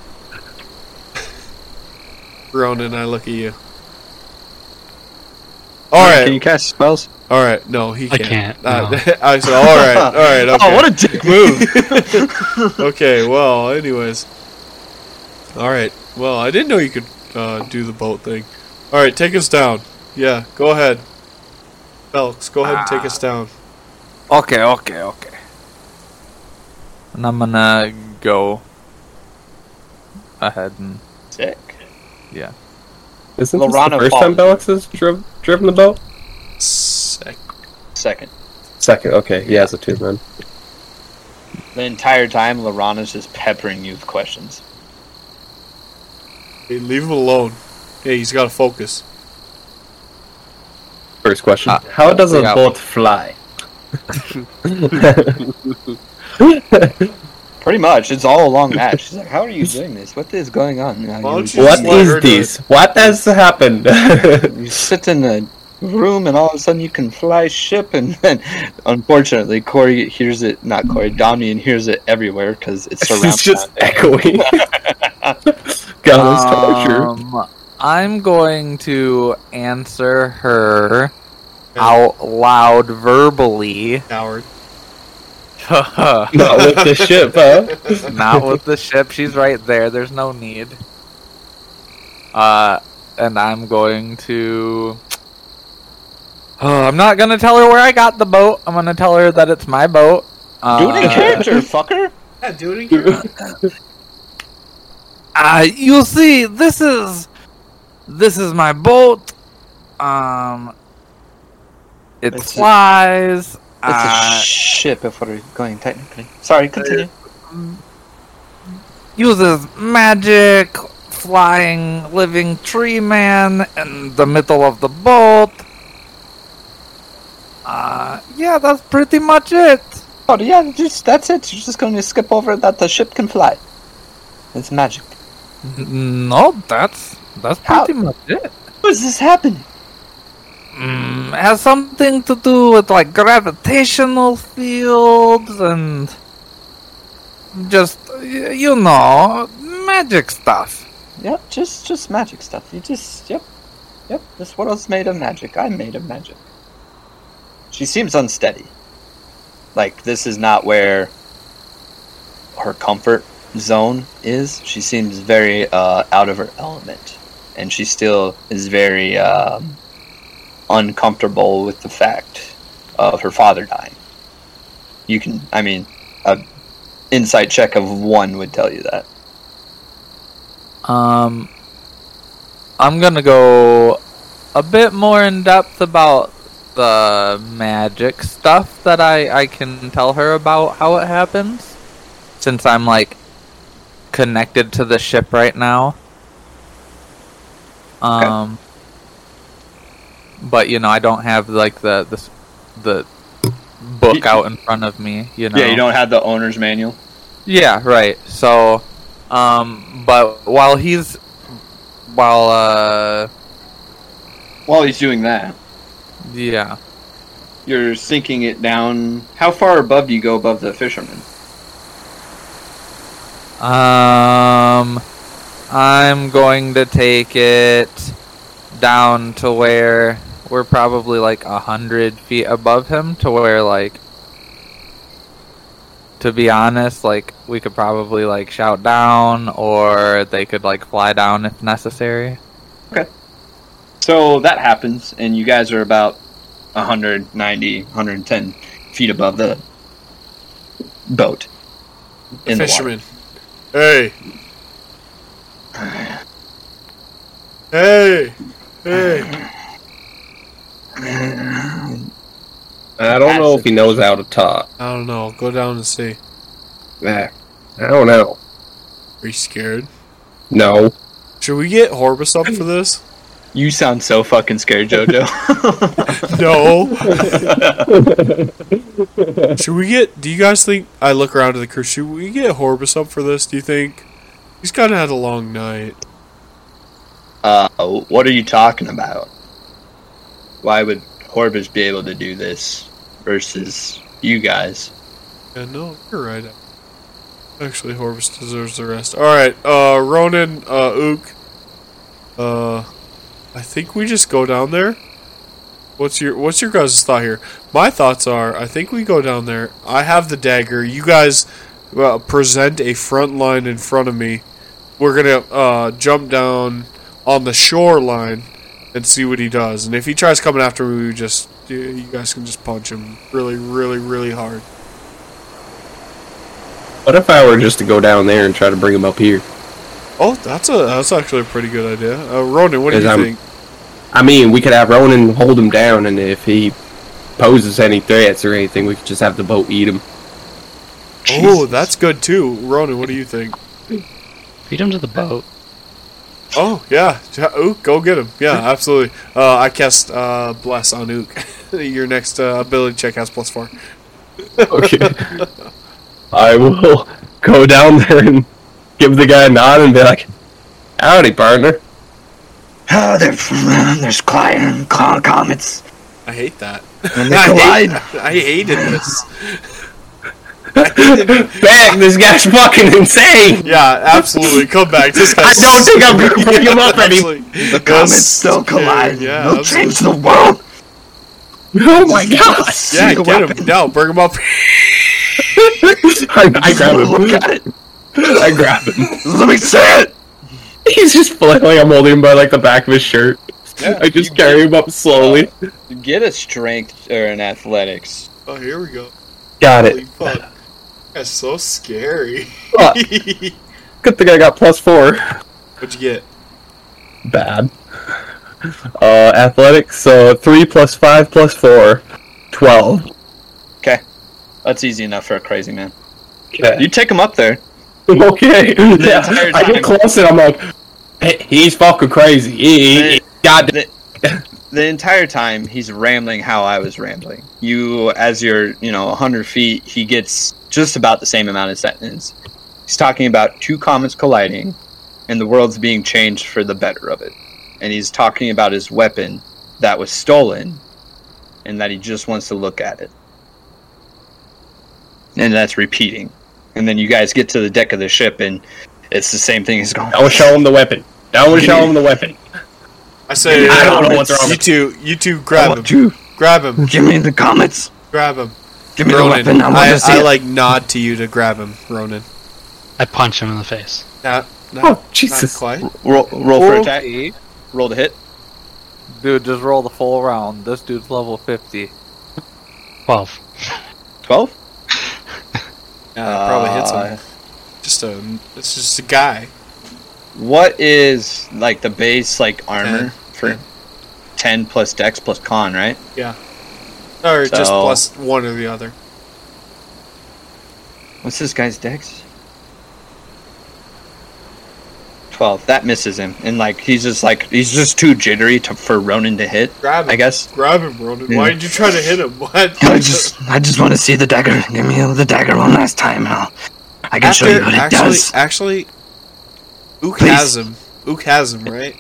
S2: Ronan. I look at you. All right,
S1: Can you cast spells?
S2: all right. No, he
S3: I
S2: can't.
S3: can't,
S2: Uh,
S3: no. Oh,
S2: I said, all right, all right. Okay.
S1: Oh, what a dick move!
S2: okay, well, anyways. All right. Well, I didn't know you could uh, do the boat thing. All right, take us down. Yeah, go ahead. Felix, go ahead and take us down.
S5: Okay, okay, okay. And I'm gonna go ahead and
S1: Sick.
S4: Isn't this the
S1: Lorana
S4: first time Belix has driv- driven the boat?
S2: Sec-
S1: Second.
S4: Second, okay. Yeah, it's a two then.
S1: The entire time, Lorana's just peppering you with questions.
S2: Hey, leave him alone. Hey, he's got to focus.
S4: First question.
S1: Uh,
S5: Ah,
S4: How does a
S5: yeah.
S4: boat fly?
S1: Pretty much, it's all along that. She's like, "How are you doing this? What is going on?" And
S2: Why
S1: you,
S2: don't you Just
S4: what
S2: let her
S4: is
S2: do
S4: this? What has happened?
S1: you sit in a room, and all of a sudden you can fly ship, and then, unfortunately, Corey hears it. Not Corey, Dominion hears it everywhere because it's surrounded.
S4: it's just echoing. God, that's torture.
S5: Um, I'm going to answer her out loud verbally.
S2: Howard.
S5: Not
S4: Not with the ship, huh?
S5: with the ship. She's right there. There's no need. Uh, and I'm going to. Oh, I'm not gonna tell her where I got the boat. I'm gonna tell her that it's my boat. Uh,
S1: Do it in character, fucker.
S2: Yeah, do it again.
S5: Uh, you'll see. This is this is my boat. Um, it
S1: It's a-
S5: flies.
S1: It's
S5: uh,
S1: a ship if we're going technically. Sorry, continue.
S5: uses magic, flying living tree man in the middle of the boat. Uh, yeah, that's pretty much it.
S1: Oh yeah, just that's it. You're just going to skip over that the ship can fly. It's magic.
S5: N- No, that's that's
S1: How-
S5: pretty much it.
S1: How is this happening?
S5: Mm, it has something to do with like gravitational fields and just y- you know magic stuff.
S1: Yep, just just magic stuff. You just yep, yep. This world's made of magic. I'm made of magic. She seems unsteady. Like this is not where her comfort zone is. She seems very uh, out of her element, and she still is very um, uncomfortable with the fact of her father dying. You can, I mean, a insight check of one would tell you that.
S5: Um, I'm gonna go a bit more in depth about the magic stuff that I I can tell her about how it happens, since I'm like connected to the ship right now. Um, but you know I don't have like the the s- the book
S1: Y-
S5: out in front of me. You know.
S1: Yeah, you don't have the owner's manual.
S5: Yeah, right. So, um, but while he's, while, uh,
S1: While he's doing that,
S5: yeah,
S1: you're sinking it down. How far above do you go above the fisherman?
S5: um, I'm going to take it down to where we're probably like a hundred feet above him to where, like, to be honest, like, we could probably, like, shout down or they could, like, fly down if necessary.
S1: So that happens, and you guys are about 190, 110 feet above the boat. In the water.
S2: Fisherman. Hey. Hey. Hey.
S4: I don't know if he knows how to talk.
S2: I don't know. Go down and see.
S4: Eh, I don't know.
S2: Are you scared?
S4: No.
S2: Should we get Horbus up for this?
S1: You sound so fucking scared, JoJo.
S2: No. Should we get? Do you guys think? I look around to the crew. Should we get Horbus up for this? Do you think? He's kind of had a long night.
S1: uh, what are you talking about? Why would Horbus be able to do this versus you guys?
S2: Yeah, no, oh, you're right. Actually, Horbus deserves the rest. All right, uh, Ronan, uh, Ook, uh, I think we just go down there. What's your What's your guys' thought here? My thoughts are, I think we go down there. I have the dagger. You guys uh, present a front line in front of me, we're gonna uh, jump down on the shoreline and see what he does. And if he tries coming after me, we just you you guys can just punch him really, really, really hard.
S4: What if I were just to go down there and try to bring him up here?
S2: Oh, that's a that's actually a pretty good idea. Uh, Ronan, what do
S4: Is
S2: you
S4: I'm-
S2: think?
S4: I mean, we could have Ronan hold him down, and if he poses any threats or anything, we could just have the boat eat him.
S2: Oh, that's good too. Ronan, what do you think?
S3: Feed him to the boat.
S2: Oh yeah, Ja- Ook, go get him. Yeah, absolutely. Uh, I cast uh, bless on Ook. Your next uh, ability check has plus four.
S4: Okay. I will go down there and give the guy a nod and be like, "Howdy, partner."
S1: Ah, they're there's flying com- comets.
S2: I hate that.
S1: And
S2: I,
S1: they collide.
S2: hate, I hated this.
S4: Back, this guy's fucking insane.
S2: Yeah, absolutely. Come back. This
S4: I
S2: guy's
S4: don't think I'm gonna bring him up anymore.
S2: absolutely.
S1: The comets still collide.
S2: yeah,
S1: They'll
S2: absolutely.
S1: change the world.
S4: Oh my god!
S2: Yeah,
S1: Single
S2: get
S1: weapon.
S2: him. No, bring him up.
S4: I, I grab
S1: Look
S4: him.
S1: at it.
S4: I grab him.
S1: Let me see it.
S4: He's just flailing. I'm holding him by like the back of his shirt. I just carry him up slowly.
S1: Get a strength or an athletics.
S2: Oh, here we go.
S4: Got
S2: Holy
S4: it.
S2: fuck. That's so scary.
S4: Fuck.
S2: What'd
S4: Good thing I got plus four.
S2: you get?
S4: Bad. Uh, athletics. So three plus five plus four. Twelve.
S1: That's easy enough for a crazy man.
S4: Okay.
S1: You take him up there.
S4: Okay. Yeah,
S1: entire
S4: I
S1: time.
S4: get close and I'm like, "Hey, he's fucking crazy. He, he, he, goddamn.
S1: The entire time he's rambling how I was rambling. You, as you're, you know, 100 feet, he gets just about the same amount of sentence. He's talking about two comets colliding and the world's being changed for the better of it. And he's talking about his weapon that was stolen and that he just wants to look at it. And that's repeating. And then you guys get to the deck of the ship and it's the same thing. He's going,
S4: Don't show him the weapon. Don't show him the weapon.
S2: I say, uh,
S4: I don't know what's wrong
S2: You
S4: with-
S2: two, you two,
S1: I
S2: grab
S1: want
S2: him.
S1: you.
S2: Grab him.
S1: Give me the comets.
S2: Grab him.
S1: Give me the
S2: Ronan,
S1: weapon. I want
S2: I,
S1: to see
S2: I
S1: it.
S2: like nod to you to grab him, Ronan.
S3: I punch him in the face.
S2: Not, not,
S4: Oh
S2: not
S4: Jesus!
S2: quite.
S1: Roll, roll for attack.
S5: Okay.
S1: Roll to hit.
S5: Dude, just roll the full round. This dude's level 50.
S3: 12.
S1: 12?
S2: Yeah, that probably hits him. Just a, it's just a guy.
S1: What is, like, the base, like, armor
S2: Ten.
S1: for
S2: Yeah.
S1: 10 plus dex plus con, right?
S2: Or just
S1: So-
S2: plus one or the other.
S1: What's this guy's dex? 12. That misses him. And, like, he's just, like, he's just too jittery to, for Ronan to hit,
S2: Grab him.
S1: I guess.
S2: Grab him, Ronan.
S1: Yeah.
S2: Why did you try to hit him? What?
S1: I just, I just want to see the dagger. Give me the dagger one last time. I'll, I can show
S2: After-
S1: you what it
S2: actually,
S1: does.
S2: Actually, Ook
S1: Please.
S2: has him. Ook has him, right?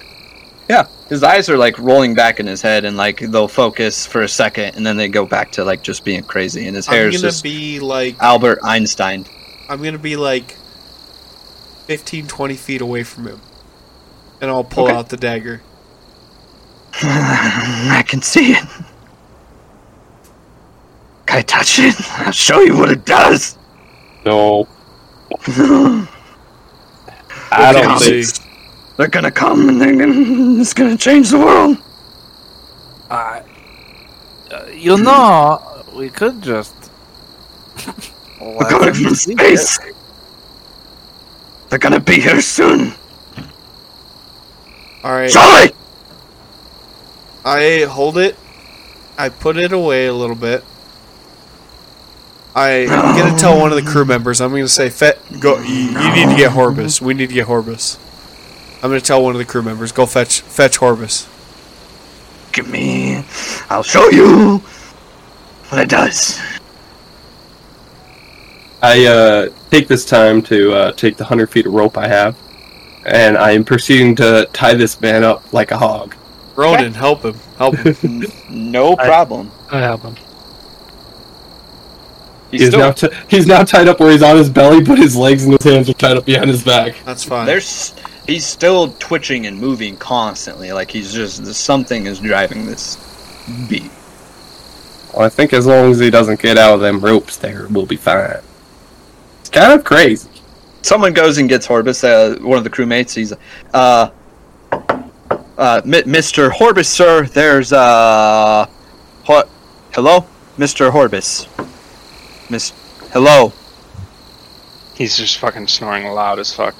S1: His eyes are like rolling back in his head, and like they'll focus for a second, and then they go back to like just being crazy. And his hair
S2: I'm
S1: is
S2: gonna
S1: just
S2: be like,
S1: Albert Einstein.
S2: I'm gonna be like 15, 20 feet away from him, and I'll pull
S1: Okay.
S2: out the dagger.
S1: I can see it. Can I touch it? I'll show you what it does.
S4: No,
S1: They're
S4: I don't
S1: Okay.
S4: think.
S1: gonna come and they're gonna, it's gonna change the world.
S5: Uh, uh, you know, we could just.
S1: We're
S5: let
S1: going
S5: him
S1: from
S5: see it.
S1: space. They're gonna be here soon.
S2: All right,
S1: Charlie!
S2: I hold it. I put it away a little bit. I, I'm gonna tell one of the crew members. I'm gonna say, "Fet, go. You, you need to get Horbus. We need to get Horbus." I'm gonna tell one of the crew members, "Go fetch, fetch Horbus."
S1: Give me. I'll show you what it does.
S4: I uh, take this time to uh, take the 100 feet of rope I have, and I am proceeding to tie this man up like a hog.
S2: Ronan, help him. Help him.
S1: No problem.
S3: I help him.
S4: He's, now t- he's now tied up where he's on his belly, but his legs and his hands are tied up behind his back.
S2: That's fine.
S1: There's he's still twitching and moving constantly. Like he's just something is driving this beat.
S4: Well, I think as long as he doesn't get out of them ropes there, we'll be fine. It's kind of crazy.
S1: someone goes and gets Horbus, uh, one of the crewmates. He's, uh, uh, Mi- Mr. Horbus, sir. There's uh, Hor- hello, Mr. Horbus. Miss, hello.
S6: He's just fucking snoring loud as fuck.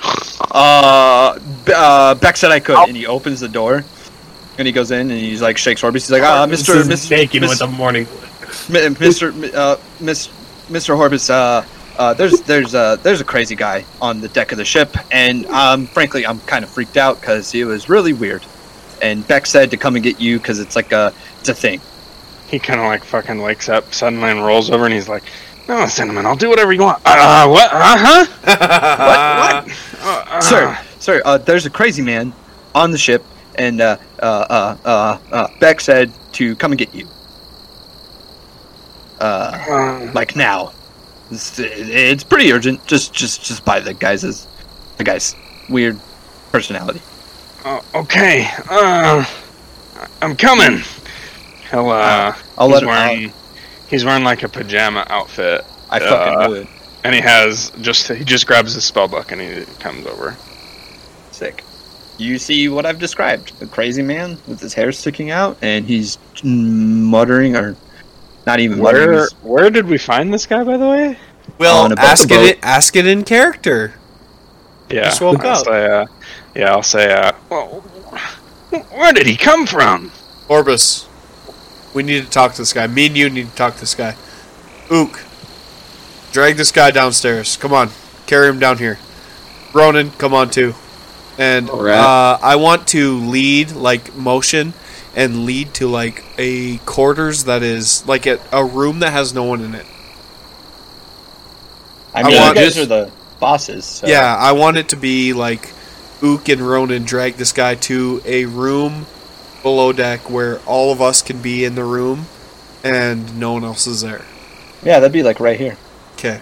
S1: Uh, B- uh, Beck said I could, and he opens the door. And he goes in and he's like shakes Horbus. He's like, ah,
S8: This
S1: Mr.
S8: is
S1: Mr.
S8: Naked
S1: Mr.
S8: with the morning.
S1: M- Mr. M- Uh, Miss, Mr. Horbus, uh, uh, there's there's uh, there's a crazy guy on the deck of the ship, and um, frankly, I'm kind of freaked out because it was really weird. And Beck said to come and get you because it's like a it's a thing.
S6: He kind of like fucking wakes up suddenly and rolls over and he's like, "No, cinnamon, I'll do whatever you want." Uh, what? Uh huh. What? What? Uh, uh,
S1: sir, sir, uh, there's a crazy man on the ship, and uh, uh, uh, uh, uh, Beck said to come and get you. Uh,
S6: uh,
S1: like now. It's, it's pretty urgent. Just, just, just buy the guys. The guys' weird personality.
S6: uh, okay. Uh, I'm coming. He'll uh,
S1: I'll
S6: he's
S1: let him out.
S6: wearing, He's wearing like a pajama outfit,
S1: I fucking
S6: Uh,
S1: would.
S6: and he has just he just grabs his spell book and he comes over.
S1: Sick. You see what I've described. A crazy man with his hair sticking out, and he's muttering, or not even muttering.
S6: Where
S1: he's-
S6: where did we find this guy, by the way?
S2: Well,
S1: On a
S2: ask
S1: boat.
S2: it. Ask it in character.
S6: Yeah,
S2: Just woke
S6: I'll
S2: up.
S6: Say, uh, yeah, I'll say. Uh, well, where did he come from?
S2: Orbis, we need to talk to this guy. Me and you need to talk to this guy. Ook, drag this guy downstairs. Come on, carry him down here. Ronan, come on too. And
S4: All right.
S2: uh, I want to lead like motion and lead to like a quarters that is like a, a room that has no one in it.
S1: I
S2: I
S1: mean,
S2: want-
S1: you guys are the bosses. So.
S2: Yeah, I want it to be like Ook and Ronan drag this guy to a room below deck where all of us can be in the room and no one else is there.
S1: yeah, that'd be like right here.
S2: Okay.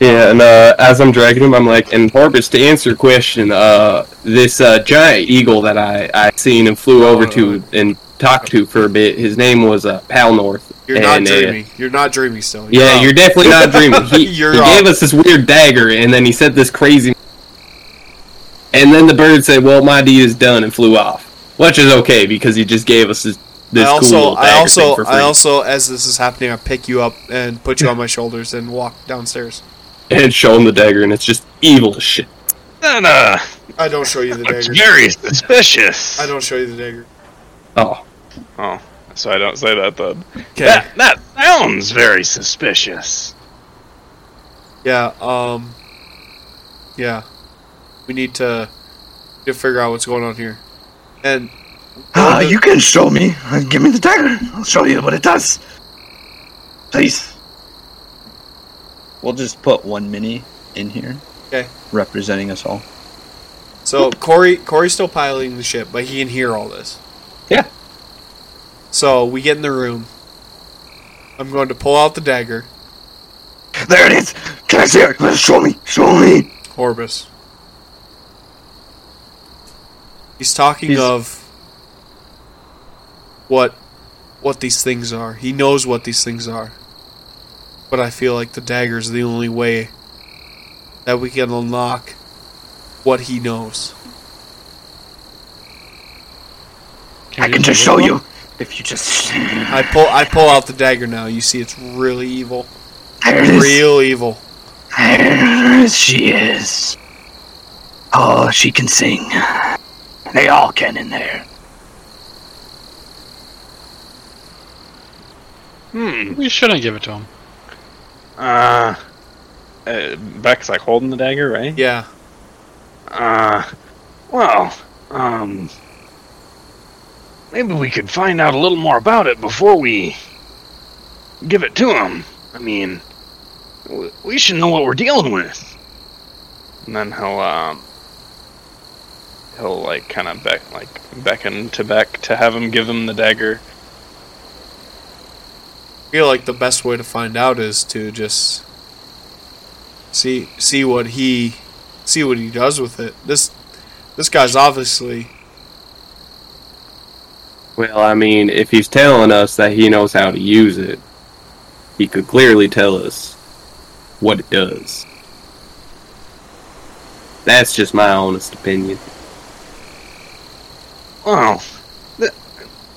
S4: Yeah, and uh, as I'm dragging him, I'm like, and Horbus, to answer your question, uh, this uh, giant eagle that I, I seen and flew over to and talked to for a bit, his name was uh, Pal North.
S2: You're not
S4: And, uh,
S2: dreaming. You're not dreaming still.
S4: yeah,
S2: up.
S4: you're definitely not dreaming. He,
S2: Oh. You're
S4: he
S2: up.
S4: gave us this weird dagger, and then he said this crazy. And then the bird said, "Well, my deed is done," and flew off, which is okay because he just gave us this, this
S2: I also,
S4: cool little
S2: I
S4: dagger
S2: also,
S4: thing for free.
S2: I also, as this is happening, I pick you up and put you on my shoulders and walk downstairs.
S4: and show him the dagger, and it's just evil as shit.
S6: That uh,
S2: I don't show you the
S6: looks
S2: dagger.
S6: very suspicious.
S2: I don't show you the dagger.
S4: Oh,
S6: Oh, so I don't say that then.
S2: Okay.
S6: That that sounds very suspicious.
S2: Yeah. Um. Yeah. We need to, to figure out what's going on here. And
S9: Ah, you can show me. Give me the dagger. I'll show you what it does. Please.
S1: We'll just put one mini in here.
S2: Okay.
S1: Representing us all.
S2: so Corey, Corey's still piloting the ship, but he can hear all this.
S1: Yeah.
S2: So we get in the room. I'm going to pull out the dagger.
S9: There it is. Can I see it? Show me. Show me.
S2: Orbis. He's talking
S1: He's-
S2: of what what these things are. He knows what these things are. But I feel like the dagger's the only way that we can unlock what he knows.
S9: I can just show you. If you just.
S2: I pull I pull out the dagger now. You see it's really evil.
S9: There it is.
S2: Real evil.
S9: There she is. Oh, she can sing. They all can in there.
S6: Hmm.
S3: We shouldn't give it to him.
S6: Uh, uh, Beck's like holding the dagger, right?
S2: Yeah.
S6: Uh, well, um, maybe we could find out a little more about it before we give it to him. I mean, w- we should know what we're dealing with. And then he'll, um, he'll like kind of beck, like beckon to Beck to have him give him the dagger.
S2: I feel like the best way to find out is to just see see what he see what he does with it. This this guy's obviously
S4: Well, I mean, if he's telling us that he knows how to use it, he could clearly tell us what it does. That's just my honest opinion.
S6: Wow. Th-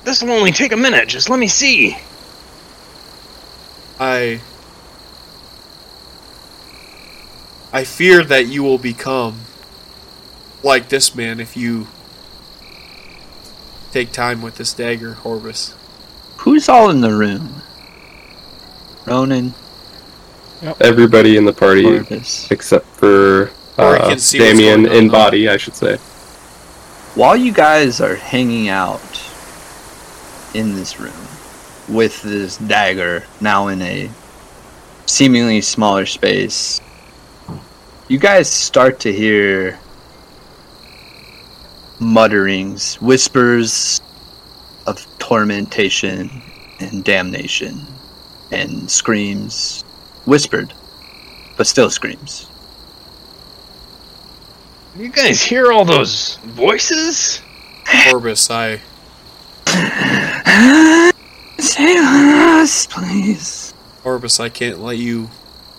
S6: this will only take a minute. Just let me see.
S2: I I fear that you will become like this man if you take time with this dagger, Horvus.
S1: Who's all in the room? Ronan,
S4: Everybody in the party
S1: Corvus.
S4: except for
S2: Or I
S4: uh,
S2: can see what's
S4: Damien
S2: going on,
S4: in
S2: huh?
S4: body, I should say.
S1: While you guys are hanging out in this room with this dagger now in a seemingly smaller space, you guys start to hear mutterings, whispers of tormentation and damnation, and screams, whispered, but still screams.
S6: You guys hear all those voices?
S2: Horvus, I
S1: Save us, please.
S2: Horvus, I can't let you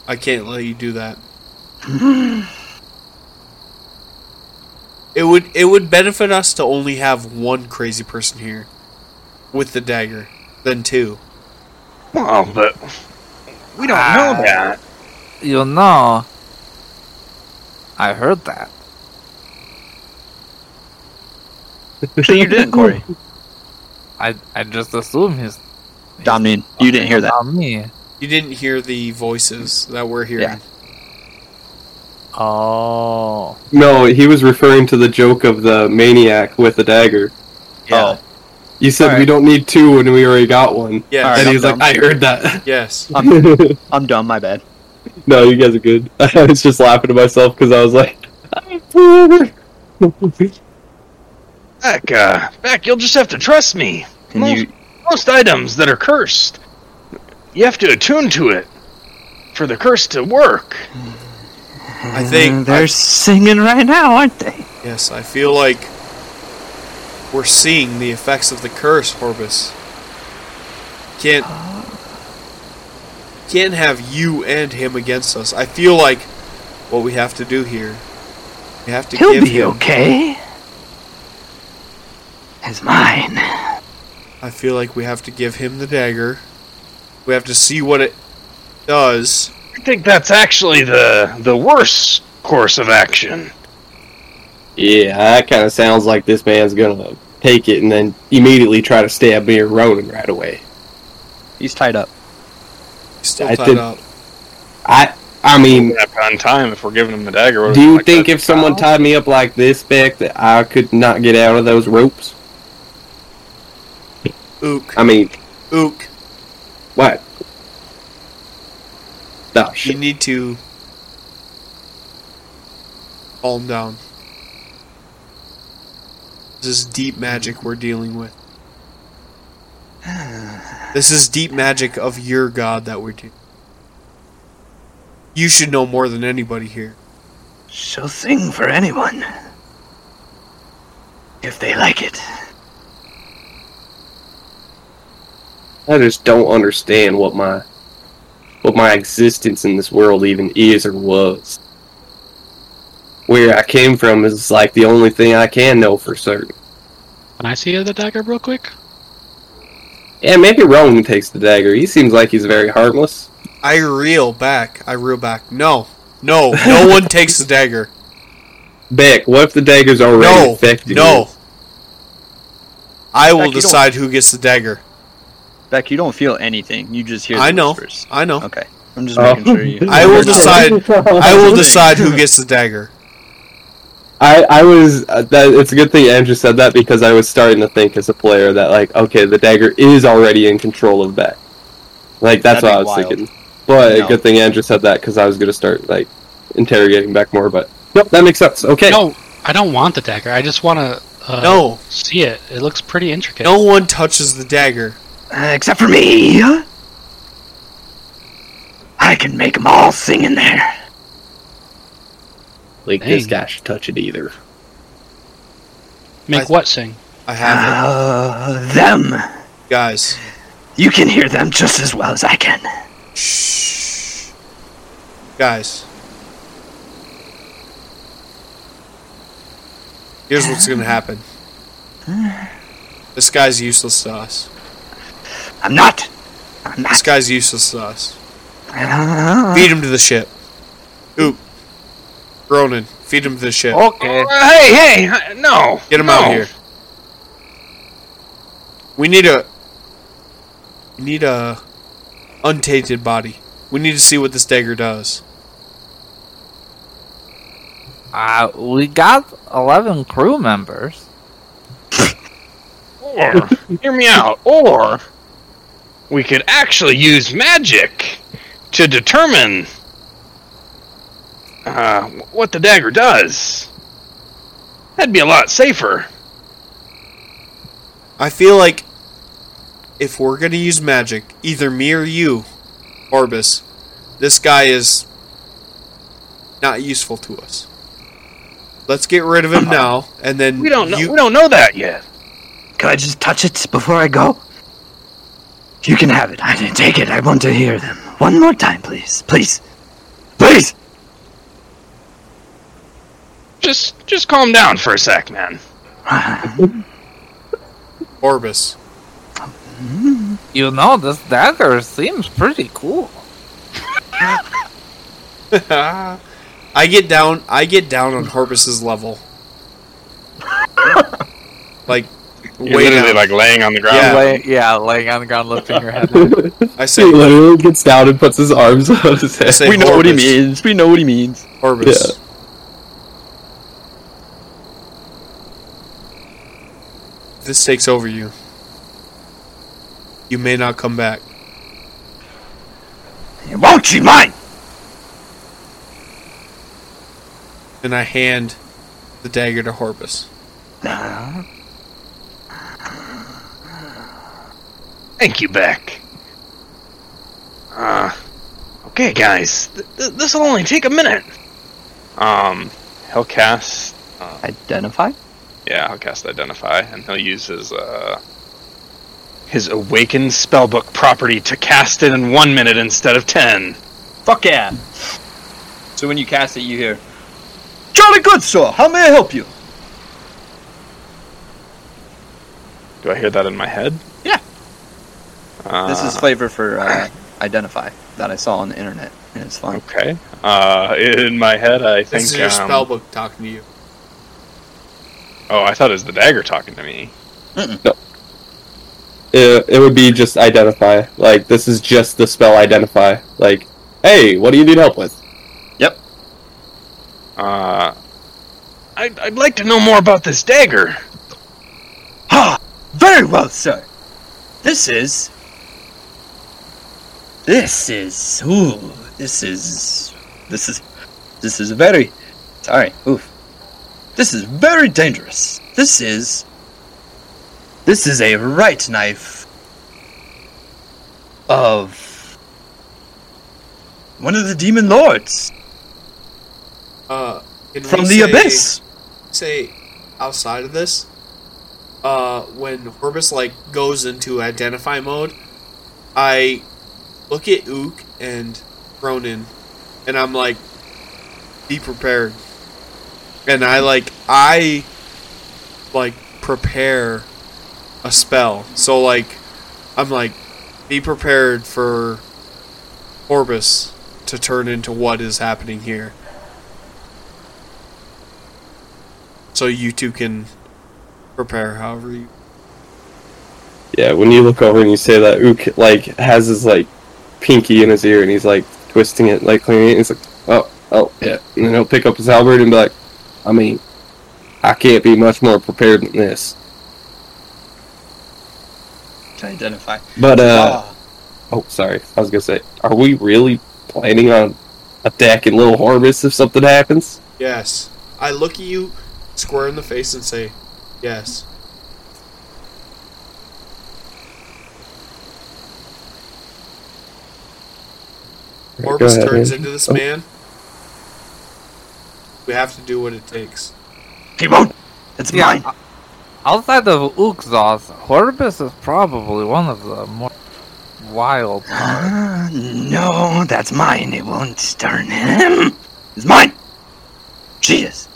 S2: I can't let you do that. It would it would benefit us to only have one crazy person here with the dagger, then two.
S6: Well, but we don't
S2: Ah.
S6: know that.
S5: You know, I heard that.
S1: So you didn't, Corey.
S5: I I just assume he's
S1: Dominion, you didn't hear that.
S5: on me.
S2: You didn't hear the voices that we're hearing.
S1: Yeah.
S5: Oh,
S4: No, he was referring to the joke of the maniac with the dagger.
S5: yeah.
S1: Oh,
S4: You said we
S5: Alright.
S4: don't need two when we already got one.
S2: Yes.
S1: All right,
S4: and
S1: I'm
S4: he's like,
S1: dumb.
S4: I heard that.
S2: Yes.
S1: I'm dumb. My bad.
S4: no, you guys are good. I was just laughing to myself because I was like,
S6: Heck, uh, Beck, you'll just have to trust me.
S1: Can
S6: Most,
S1: you?
S6: most items that are cursed, you have to attune to it for the curse to work.
S2: I think
S1: Mm, they're singing right now, aren't they?
S2: Yes, I feel like we're seeing the effects of the curse, Horbus. Can't can't have you and him against us. I feel like what we have to do here, we have to
S1: He'll
S2: give
S1: be
S2: him.
S1: okay. It's mine.
S2: I feel like we have to give him the dagger. We have to see what it does.
S6: I think that's actually the the worst course of action.
S4: Yeah, that kind of sounds like this man's gonna take it and then immediately try to stab me or Ronan right away.
S1: He's tied up.
S2: He's Still
S4: I
S2: tied
S4: did-
S2: up.
S4: I, I mean,
S6: on time if we're giving him the dagger.
S4: do you think if someone tied me up like this, Beck, that I could not get out of those ropes?
S2: Ook,
S4: I mean,
S2: ook.
S4: what? Oh,
S2: You
S4: shit.
S2: need to calm down. This is deep magic we're dealing with. This is deep magic of your god that we're dealing. You should know more than anybody here.
S1: She'll sing for anyone if they like it.
S4: I just don't understand what my what my existence in this world even is or was. Where I came from is like the only thing I can know for certain.
S3: Can I see the dagger real quick?
S4: Yeah, maybe Rowan takes the dagger. He seems like he's very harmless.
S2: I reel back. I reel back. No. No. No one takes the dagger.
S4: Beck, what if the dagger's already
S2: No.
S4: infected?
S2: No. I
S1: Heck,
S2: will
S1: you don't-
S2: decide who gets the dagger.
S1: Beck, you don't feel anything. You just hear.
S2: I
S1: the
S2: know.
S1: Whispers.
S2: I know.
S1: Okay. I'm just
S4: Oh.
S1: making sure you.
S2: I will
S1: You're not-
S2: decide. I will decide who gets the dagger.
S4: I, I was. Uh, that, it's a good thing Andrew said that because I was starting to think as a player that like, okay, the dagger is already in control of Beck. Like that's
S1: That'd
S4: what I
S1: be
S4: was
S1: wild.
S4: thinking. But
S1: No.
S4: a good thing Andrew said that because I was gonna start like interrogating Beck more. But nope, that makes sense. Okay,
S3: No, I don't want the dagger. I just want to uh,
S1: Uh-huh.
S2: No.
S3: see it. It looks pretty intricate.
S2: No one touches the dagger.
S1: Uh, except for me. I can make them all sing in there.
S4: like
S3: this dang.
S4: guy should touch it either.
S3: Make
S2: I-
S3: what sing?
S2: I have
S1: Uh, them.
S2: it, guys.
S1: You can hear them just as well as I can.
S2: Shh, guys. Here's what's gonna happen. This guy's useless to us.
S1: I'm not. I'm not.
S2: This guy's useless to us. Feed him to the ship. Oop. Ronan, feed him to the ship.
S5: Oh, Okay.
S7: Uh, hey, hey, uh, no.
S2: Eh. Get him
S7: no.
S2: out here. We need a. We need a untainted body. We need to see what this dagger does.
S5: Uh, we got 11 crew members.
S7: Or, hear me out. Or, we could actually use magic to determine uh, what the dagger does. That'd be a lot safer.
S2: I feel like if we're gonna use magic, either me or you, Orbis, this guy is not useful to us. Let's get rid of him now, and then
S7: Uh-huh. We don't know.
S2: you-
S7: we don't know that yet.
S1: Can I just touch it before I go? You can have it. I didn't take it. I want to hear them. One more time, please. Please. Please!
S7: Just, just calm down for a sec, man.
S2: Orbis.
S5: You know, this dagger seems pretty cool.
S2: I get down. I get down on Horbus's level. like, way down.
S7: laying on the ground.
S2: Yeah.
S5: Lay- yeah, laying on the ground, lifting your head.
S2: I
S4: He
S2: say,
S4: literally gets down and puts his arms up his
S2: I
S4: head.
S2: say
S10: we know what he
S2: Horbus,
S10: means. We know what he means.
S2: Horbus, this takes over you. You may not come back.
S1: It won't be mine!
S2: And I hand the dagger to Horbus.
S7: Thank you, Beck. Uh, okay, guys, th- th- this will only take a minute. Um, he'll cast.
S1: Identify?
S7: Yeah, he'll cast Identify, and he'll use his uh his Awaken spellbook property to cast it in one minute instead of ten.
S1: Fuck yeah! So when you cast it, you hear, Jolly good, sir! How may I help you?
S7: Do I hear that in my head?
S1: Yeah.
S7: Uh,
S1: This is flavor for uh, Identify that I saw on the internet, and it's fine.
S7: okay. Uh, in my head, I think.
S2: This is your
S7: um,
S2: spellbook talking to you.
S7: Oh, I thought it was the dagger talking to me.
S4: It, it would be just identify. Like this is just the spell identify. Like, hey, what do you need help with?
S7: Uh, I'd, I'd like to know more about this dagger.
S1: Ah, very well, sir. This is. This is. Ooh, this is. This is. This is very. Sorry, oof. This is very dangerous. This is. This is a right knife. Of. One of the demon lords
S2: Uh, can
S1: from the
S2: we say-
S1: abyss.
S2: say outside of this, uh, when Horbus like goes into identify mode, I look at Ook and Ronan, and I'm like, be prepared. And I like I like prepare a spell. So like I'm like be prepared for Horbus to turn into what is happening here. So you two can prepare however you
S4: Yeah, when you look over and you say that, Ook like has his like pinky in his ear and he's like twisting it, like cleaning it. And he's like, oh, oh, yeah. And then he'll pick up his halberd and be like, I mean, I can't be much more prepared than this.
S1: To identify.
S4: But uh,
S1: Ah,
S4: oh, sorry, I was gonna say, are we really planning on attacking Little Horbus if something happens?
S2: Yes. I look at you square in the face and say, Yes.
S4: Go
S2: Orbis
S4: ahead,
S2: turns
S4: Andy.
S2: into this
S4: Oh.
S2: man. We have to do what it takes.
S1: he won't! It's mine!
S5: o- uh, Outside of Uxos, Horbus is probably one of the more wild.
S1: Ah, no, that's mine. It won't turn him. It's mine. Jesus.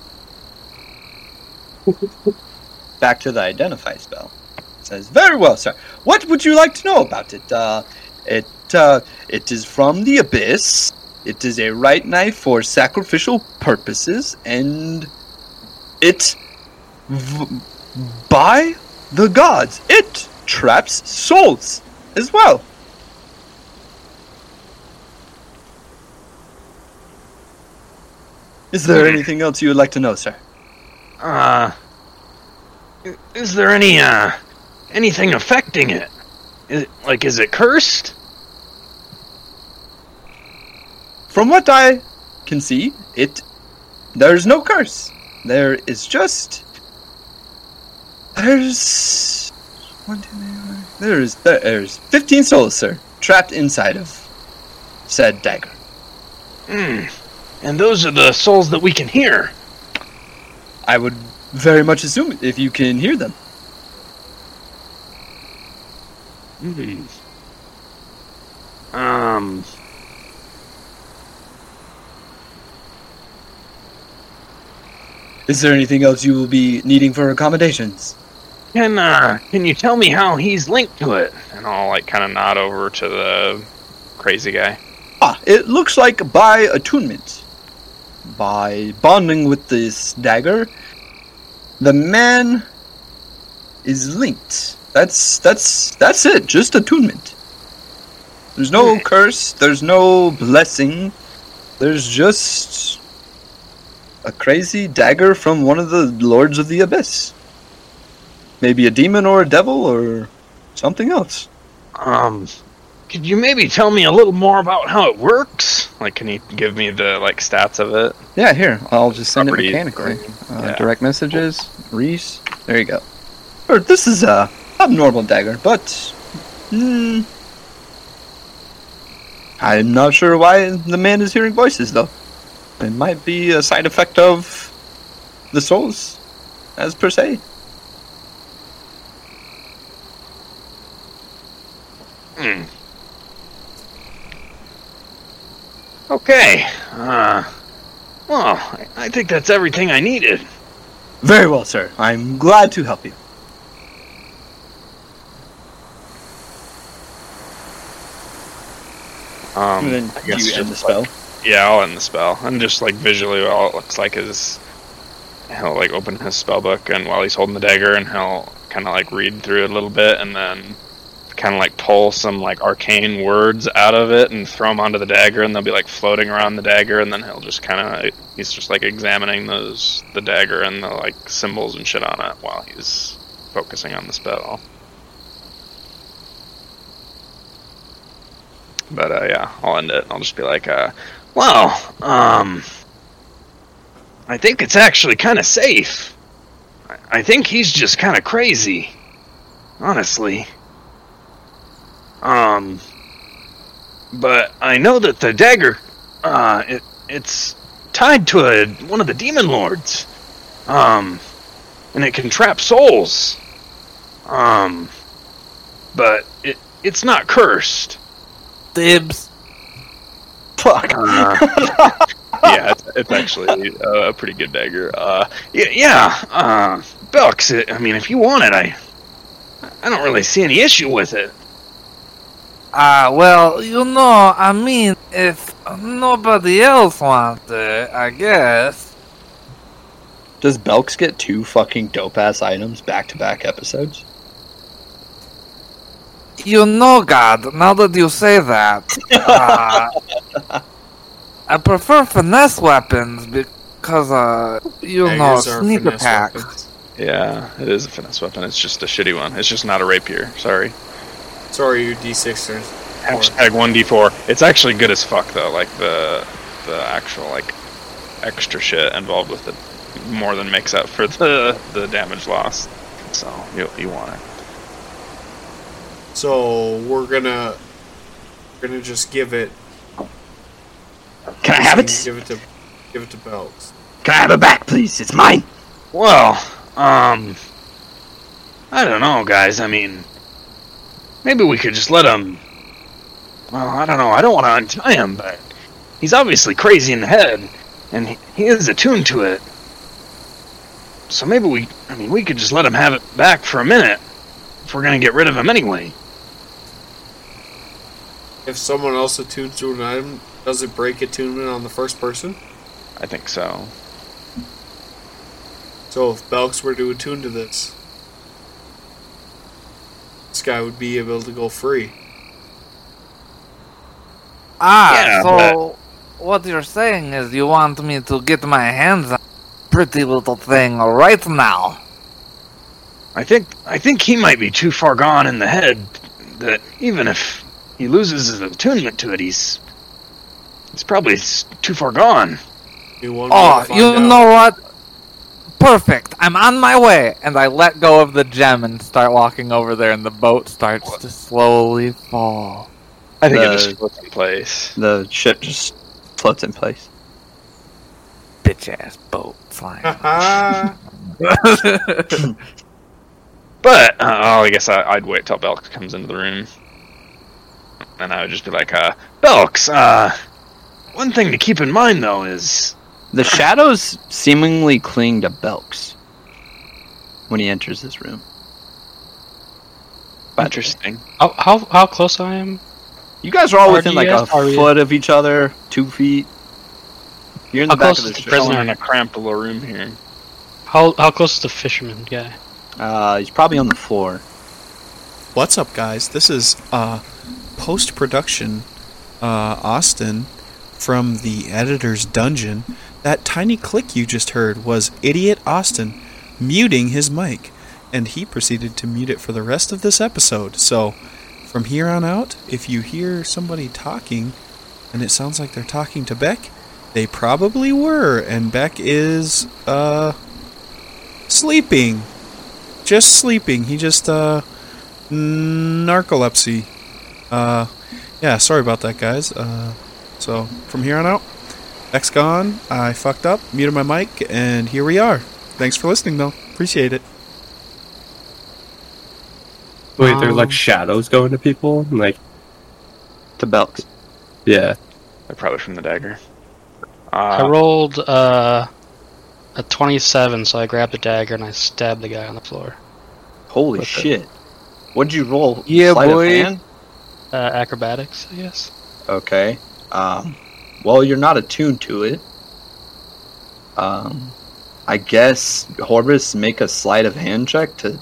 S1: Back to the identify spell. It says, "Very well, sir. What would you like to know about it? Uh, it uh, it is from the abyss. It is a right knife for sacrificial purposes, and it v- by the gods. It traps souls as well. Is there anything else you would like to know, sir?
S6: Uh, i- is there any uh anything affecting it? Is, like, is it cursed?
S1: From what I can see, it there is no curse. There is just there's one, two, three, four. There is there's fifteen souls, sir, trapped inside of said dagger.
S6: Hmm. And those are the souls that we can hear.
S1: I would very much assume it if you can hear them.
S6: Um.
S1: Is there anything else you will be needing for accommodations?
S6: Can uh, can you tell me how he's linked to it? And I'll like kind of nod over to the crazy guy.
S1: Ah, it looks like by attunement. By bonding with this dagger, the man is linked. That's that's that's it, just attunement. There's no curse, there's no blessing. There's just a crazy dagger from one of the lords of the abyss. Maybe a demon or a devil or something else.
S6: Um, could you maybe tell me a little more about how it works? Like, can you give me the like stats of it?
S1: Yeah, here. I'll just send
S6: Property
S1: it mechanically. Uh,
S6: Yeah.
S1: Direct messages. Reese. There you go. Or this is a abnormal dagger, but hmm, I'm not sure why the man is hearing voices though. It might be a side effect of the souls, as per se.
S6: Hmm. Okay. Uh. Well, I- I think that's everything I needed.
S1: Very well, sir. I'm glad to help you.
S6: Um. I guess just like- Yeah, I'll end the spell. And just like visually, all it looks like is he'll like open his spell book, and while he's holding the dagger, and he'll kind of like read through it a little bit, and then kind of like pull some like arcane words out of it and throw them onto the dagger, and they'll be like floating around the dagger, and then he'll just kind of he's just like examining those the dagger and the like symbols and shit on it while he's focusing on the spell. But uh, yeah, I'll end it. I'll just be like, uh, well, um, I think it's actually kind of safe. I, I think he's just kind of crazy, honestly. Um, but I know that the dagger, uh, it, it's tied to a, one of the demon lords. Um, and it can trap souls. Um, but it, it's not cursed.
S5: Dibs.
S1: Fuck.
S6: Uh, yeah, it's, it's actually uh, a pretty good dagger. Uh, yeah, yeah uh, Belks, it, I mean, if you want it, I, I don't really see any issue with it.
S5: Ah, well, you know, I mean, if nobody else wants it, I guess.
S1: Does Belks get two fucking dope ass items back to back episodes?
S5: You know, God, now that you say that, uh, I prefer finesse weapons because, uh, you know,
S2: Daggers are
S5: sneak
S2: finesse
S5: attack.
S2: weapons.
S6: Yeah, it is a finesse weapon. It's just a shitty one. It's just not a rapier. Sorry.
S2: Sorry, you D6ers.
S6: Hashtag one d four. It's actually good as fuck though. Like the the actual like extra shit involved with it more than makes up for the the damage lost. So you you want it.
S2: So we're gonna we're gonna just give it.
S1: Can I have it?
S2: Give it to give it to Belks.
S1: Can I have it back, please? It's mine.
S6: Well, um, I don't know, guys. I mean, maybe we could just let him. Well, I don't know. I don't want to untie him, but he's obviously crazy in the head, and he, he is attuned to it. So maybe we, I mean, we could just let him have it back for a minute if we're going to get rid of him anyway.
S2: If someone else attunes to an item, does it break attunement on the first person?
S6: I think so.
S2: So if Belks were to attune to this, this guy would be able to go free.
S5: Ah,
S6: Yeah,
S5: so what you're saying is you want me to get my hands on pretty little thing right now.
S6: I think I think he might be too far gone in the head that even if he loses his attunement to it, he's he's probably s- too far gone.
S2: You want me
S5: Oh,
S2: to find
S5: you
S2: out?
S5: know what? Perfect. I'm on my way, and I let go of the gem and start walking over there, and the boat starts to slowly fall.
S6: I think it
S1: Uh,
S6: just flipped in place.
S1: The ship just floats in place.
S5: Bitch ass boat flying.
S2: Ah,
S6: But uh, oh, I guess I, I'd wait till Belk comes into the room, and I would just be like, uh, "Belks, uh, one thing to keep in mind though is
S1: The shadows seemingly cling to Belks when he enters this room. But
S6: interesting.
S3: How, how, how close I am?
S1: you guys are all
S3: Are
S1: within
S3: you
S1: like a
S3: guys- are you-
S1: foot of each other, two feet. You're in the
S3: How
S1: back
S3: close
S1: of the
S3: is the
S1: ship.
S3: prisoner?
S6: Prisoner in a cramped little room here.
S3: How how close is the fisherman guy?
S1: Uh, he's probably on the floor.
S2: What's up, guys? This is uh, post production uh, Austin from the editor's dungeon. That tiny click you just heard was Idiot Austin muting his mic, and he proceeded to mute it for the rest of this episode. So, from here on out, if you hear somebody talking and it sounds like they're talking to Beck, they probably were, and Beck is, uh, sleeping. Just sleeping. He just, uh, narcolepsy. Uh, yeah, sorry about that, guys. Uh, so from here on out, X gone. I fucked up, muted my mic, and here we are. Thanks for listening, though. Appreciate it.
S4: Wait, there's
S3: Um.
S4: like shadows going to people? And, like,
S1: To Belks.
S4: yeah.
S6: They're probably from the dagger.
S3: I
S6: Uh,
S3: rolled uh, a 27, so I grabbed the dagger and I stabbed the guy on the floor.
S1: Holy
S3: What the-
S1: shit. What'd you roll?
S5: Yeah,
S1: Sleight of
S5: boy.
S1: hand?
S3: Uh, acrobatics, I guess.
S1: Okay. Um, well, you're not attuned to it. Um, I guess Horbus make a sleight of hand check to,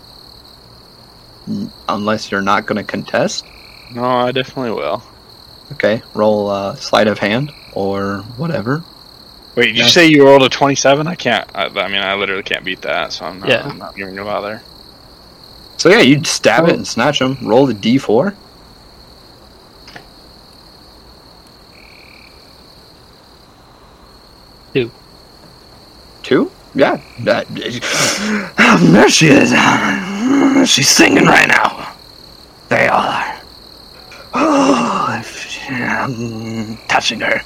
S1: unless you're not going to contest.
S6: no, I definitely will.
S1: Okay, roll uh, sleight of hand or whatever.
S6: Wait, did you
S1: Yeah.
S6: say you rolled a 27? I can't. I, I mean, I literally can't beat that, so I'm not,
S3: Yeah.
S6: I'm not even gonna bother.
S1: So yeah, you stab it and snatch him. Roll the d4.
S3: Two.
S1: Two? Yeah. That, there she is. She's singing right now. They all are. Oh, if she- I'm touching her.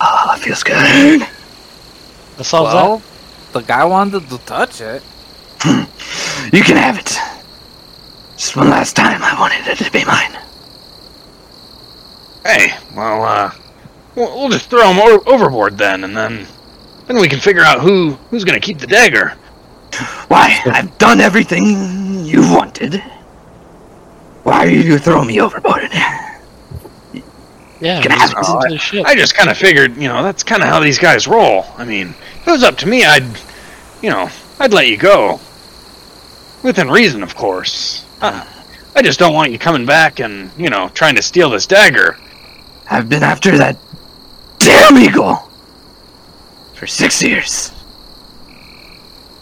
S1: Oh, it feels good.
S3: That solves
S5: Well, the guy wanted to touch it.
S1: You can have it. Just one last time, I wanted it to be mine.
S6: Hey, well, uh, we'll, we'll just throw him o- overboard then, and then then we can figure out who who's gonna keep the dagger.
S1: Why? I've done everything you wanted. Why are you throwing me overboard?
S3: that. Yeah,
S1: Can
S3: we
S1: I have-
S3: just get into the ship.
S6: I just kind of figured, you know, that's kind of how these guys roll. I mean, if it was up to me, I'd, you know, I'd let you go. Within reason, of course. Uh, I just don't want you coming back and, you know, trying to steal this dagger.
S1: I've been after that damn eagle for six years.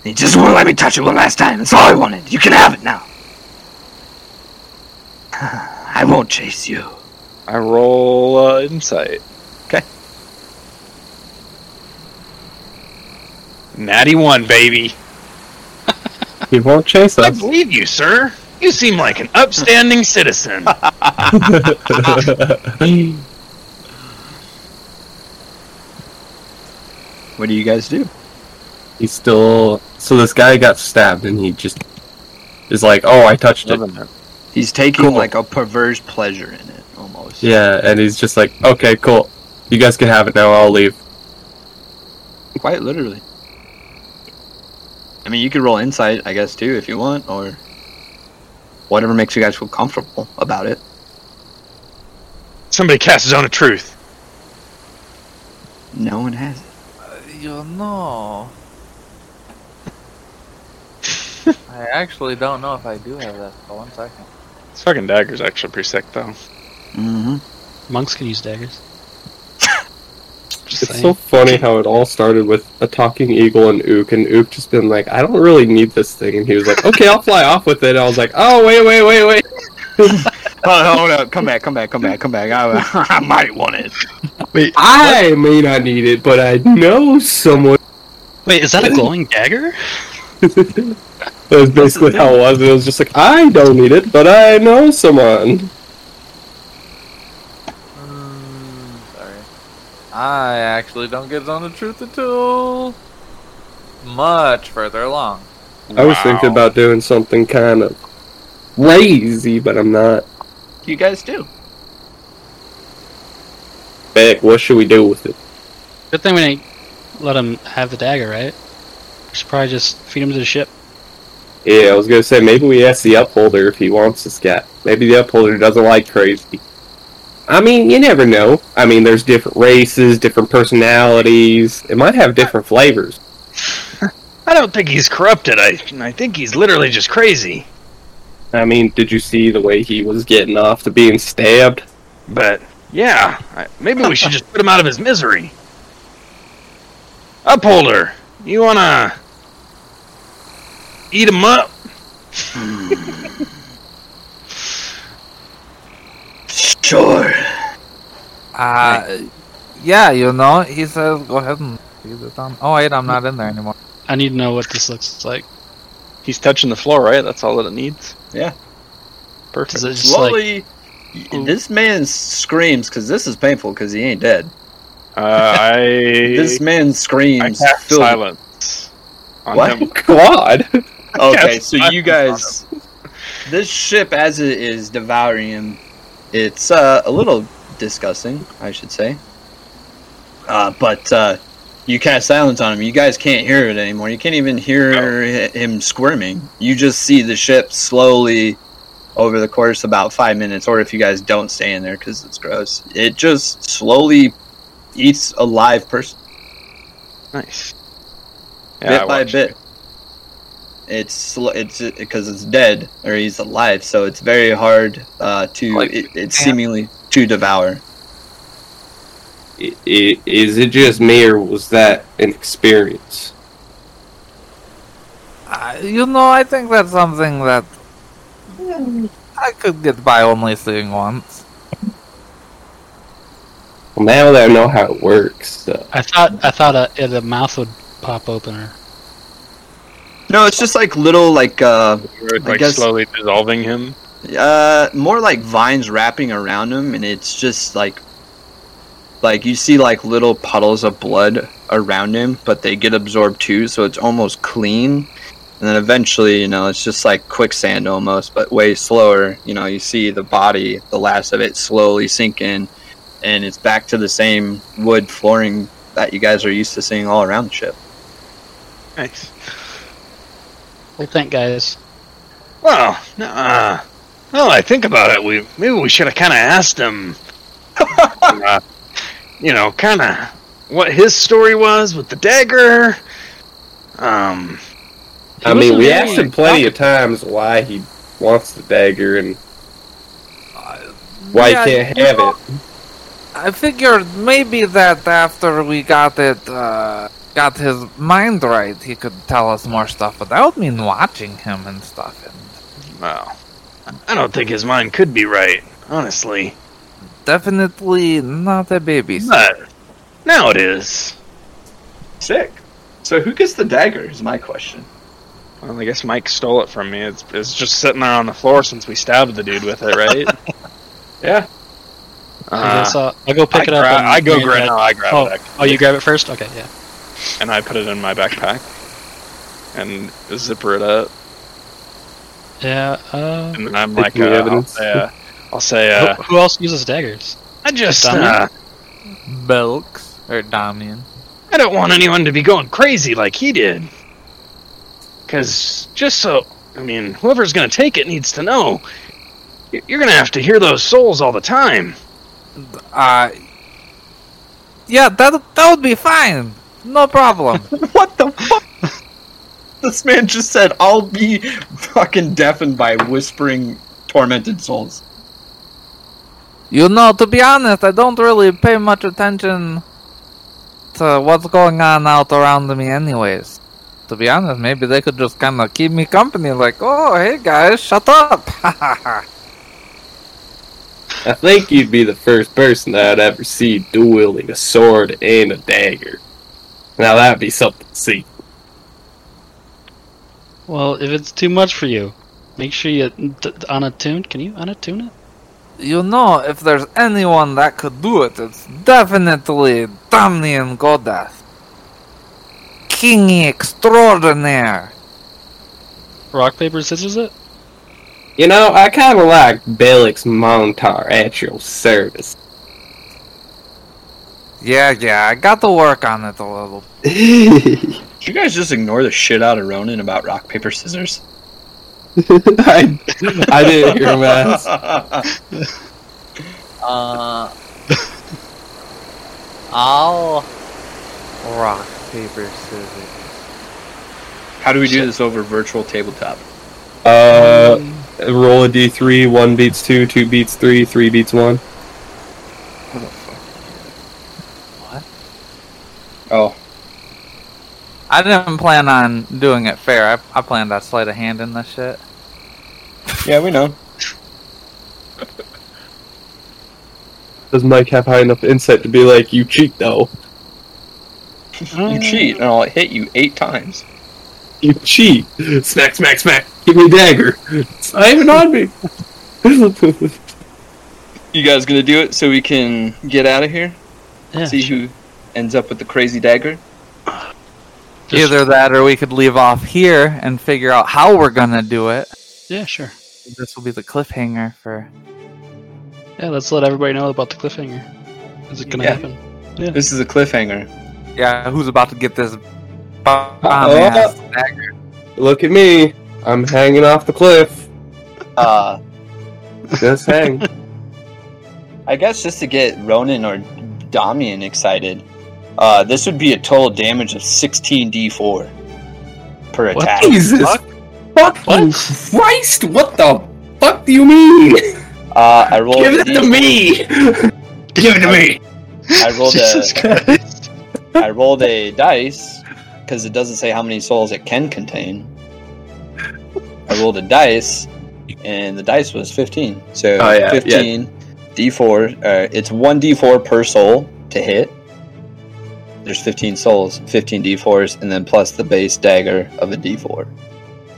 S1: He just won't let me touch it one last time. That's all I wanted. You can have it now. I won't chase you.
S6: I roll uh, insight.
S1: Okay.
S6: Natty one, baby.
S4: He won't chase
S6: I
S4: us.
S6: believe you, sir. You seem like an upstanding citizen.
S1: What do you guys do?
S4: He's still. So this guy got stabbed and he just is like, oh, I touched it.
S1: He's taking
S4: Cool.
S1: like a perverse pleasure in it, almost.
S4: Yeah, and he's just like, okay, cool. You guys can have it now. I'll leave.
S1: Quite literally. I mean, you could roll insight, I guess, too, if you want, or whatever makes you guys feel comfortable about it.
S6: Somebody cast Zone of Truth.
S1: No one has it.
S5: You'll Uh, know. I actually don't know if I do have that. For one second.
S6: This fucking dagger's actually pretty sick, though.
S1: Mm-hmm.
S3: Monks can use daggers. Just
S4: It's
S3: saying.
S4: so funny how it all started with a talking eagle and Ook, and Ook just been like, I don't really need this thing. And he was like, okay, I'll fly off with it. And I was like, oh, wait, wait, wait, wait.
S1: Oh, hold up. Come back, come back, come back, come back. I, I might want it.
S4: I may not need it, but I know someone.
S3: Wait, is that a glowing dagger?
S4: that was basically how it was. It was just like, I don't need it, but I know someone.
S2: Hmm.
S5: Um, sorry. I actually don't get Zone of Truth until much further along.
S4: I was
S6: Wow.
S4: thinking about doing something kind of crazy, but I'm not.
S1: You guys do.
S4: Beck, what should we do with it?
S3: Good thing we didn't let him have the dagger, right? We should probably just feed him to the ship.
S4: Yeah, I was gonna say maybe we ask the upholder if he wants this guy. Maybe the upholder doesn't like crazy. I mean, you never know. I mean, there's different races, different personalities. It might have different flavors.
S6: I don't think he's corrupted. I, I think he's literally just crazy.
S4: I mean, did you see the way he was getting off to being stabbed?
S6: But yeah, I, maybe we should just put him out of his misery. Upholder, you wanna eat him up?
S1: Sure.
S5: Uh, yeah, you know, he says, go ahead and leave this on. Oh, wait, I'm not in there anymore.
S3: I need to know what this looks like.
S6: He's touching the floor, right? That's all that it needs.
S1: Yeah.
S6: Perfect.
S3: Does it just like
S1: Slowly, this man screams because this is painful because he ain't dead.
S6: Uh, I
S1: This man
S6: I
S1: screams.
S6: cast
S1: filled-
S6: silence on
S1: What?
S6: him.
S4: God,
S1: Okay,
S6: Yes,
S1: so
S6: I-
S1: you guys, this ship as it is devouring him, it's uh, a little disgusting, I should say. Uh, but uh, you cast silence on him. You guys can't hear it anymore. You can't even hear hi- him squirming. You just see the ship slowly over the course of about five minutes, or if you guys don't stay in there because it's gross, it just slowly eats a live person
S6: Nice. I
S1: bit by
S6: watched.
S1: bit. It's sl- it's because it's dead or he's alive, so it's very hard uh, to
S5: Like-
S1: it, it's seemingly to devour.
S4: I- i- is it just me or was that an experience?
S5: Uh, you know, I think that's something that I could get by only seeing once.
S4: Well, now that I know how it works, uh, so.
S3: I thought I thought uh, the mouth would pop open or
S1: No, it's just like little like uh,
S6: We're,
S1: I
S6: like
S1: guess-
S6: slowly dissolving him.
S1: uh more like vines wrapping around him, and it's just like like you see like little puddles of blood around him, but they get absorbed too, so it's almost clean. And then eventually, you know, it's just like quicksand almost, but way slower. You know, you see the body, the last of it, slowly sink in, and it's back to the same wood flooring that you guys are used to seeing all around the ship.
S6: Nice.
S3: well thank guys.
S6: Well, uh, well, I think about it. We maybe we should have kind of asked him, uh, you know, kind of what his story was with the dagger. Um,
S3: He
S4: I mean,
S3: wasn't
S4: we
S3: really
S4: asked him plenty of times why he wants the dagger and why
S5: Yeah,
S4: he can't
S5: you
S4: have
S5: know,
S4: it.
S5: I figured maybe that after we got it, uh, got his mind right, he could tell us more stuff. But that would mean watching him and stuff. And
S6: well, I don't think his mind could be right, honestly.
S5: definitely not a baby.
S6: But now it is.
S1: Sick. So who gets the dagger? Is my question.
S6: Well, I guess Mike stole it from me. It's, it's just sitting there on the floor since we stabbed the dude with it, right? yeah.
S3: Uh-huh. I
S6: Uh,
S3: guess I'll, I'll go pick
S6: I,
S3: it up.
S6: gra-
S3: and
S6: I go
S3: hand it
S6: grab.
S3: back.
S6: No, I grab
S3: Oh,
S6: it.
S3: oh, you grab it first? Okay, yeah.
S6: and I put it in my backpack and zipper it up.
S3: Yeah. Uh,
S6: And then I'm
S4: Taking
S6: like,
S4: the
S6: uh, I'll
S4: evidence.
S6: say, uh, I'll say uh,
S3: who, who else uses daggers?
S6: I just,
S3: Damien?
S6: uh,
S5: Belks or Damien.
S6: I don't want anyone to be going crazy like he did.
S7: Because just so, I mean, whoever's going to take it needs to know. Y- You're going to have to hear those souls all the time.
S5: Uh, yeah, that that would be fine. No problem.
S1: What the fuck? this man just said, I'll be fucking deafened by whispering tormented souls.
S5: you know, to be honest, I don't really pay much attention to what's going on out around me, anyways. To be honest, maybe they could just kind of keep me company, like, oh, hey guys, shut up.
S4: I think you'd be the first person that I'd ever see dual wielding a sword and a dagger. Now that'd be something to see.
S3: Well, if it's too much for you, make sure you t- t- unattune. Can you unattune it?
S5: you know, if there's anyone that could do it, it's definitely Damnian Godath. King extraordinaire.
S3: Rock, paper, scissors it?
S4: You know, I kind of like Belix Montar at your service.
S5: Yeah, yeah, I got to work on it a little.
S4: I
S1: Did you guys just ignore the shit out of Ronan about rock, paper, scissors?
S4: I didn't hear him ask.
S11: Uh, I'll
S5: Rock, paper, scissors.
S1: How do we do this over virtual tabletop?
S4: Uh, roll a d3. One beats two. Two beats three. Three beats one.
S1: Oh,
S5: I didn't plan on doing it fair. I, I planned on sleight of hand in this shit.
S1: yeah, we know.
S4: Does Mike have high enough insight to be like, you cheat though?
S3: Uh,
S1: You cheat, and I'll hit you eight times.
S4: You cheat! Smack, smack, smack! Give me a dagger! It's not even on me!
S1: You guys gonna do it so we can get out of here?
S3: Yeah.
S1: See who ends up with the crazy dagger?
S3: Just-
S5: Either that or we could leave off here and figure out how we're gonna do it.
S3: Yeah, sure.
S5: This will be the cliffhanger for.
S3: Yeah, let's let everybody know about the cliffhanger. Is it gonna
S1: Yeah.
S3: happen?
S1: This is a cliffhanger.
S5: Yeah, who's about to get this bomb
S4: Uh-oh.
S5: ass dagger?
S4: Look at me! I'm hanging off the cliff!
S1: Uh,
S4: Just hang.
S1: I guess just to get Ronan or Dominion excited, uh, this would be a total damage of 16d4 per
S3: What?
S1: attack.
S4: Jesus! Fucking Christ! What the fuck do you mean?
S1: Uh, I rolled.
S4: Give
S1: a
S4: it
S1: D-
S4: to me! Give it to me!
S1: I rolled
S3: Jesus
S1: a.
S3: Christ.
S1: I rolled a dice because it doesn't say how many souls it can contain. I rolled a dice, and the dice was 15. So
S4: Oh, yeah,
S1: 15 d4. Uh, it's one d4 per soul to hit. There's 15 souls, 15 d4s, and then plus the base dagger of a d4.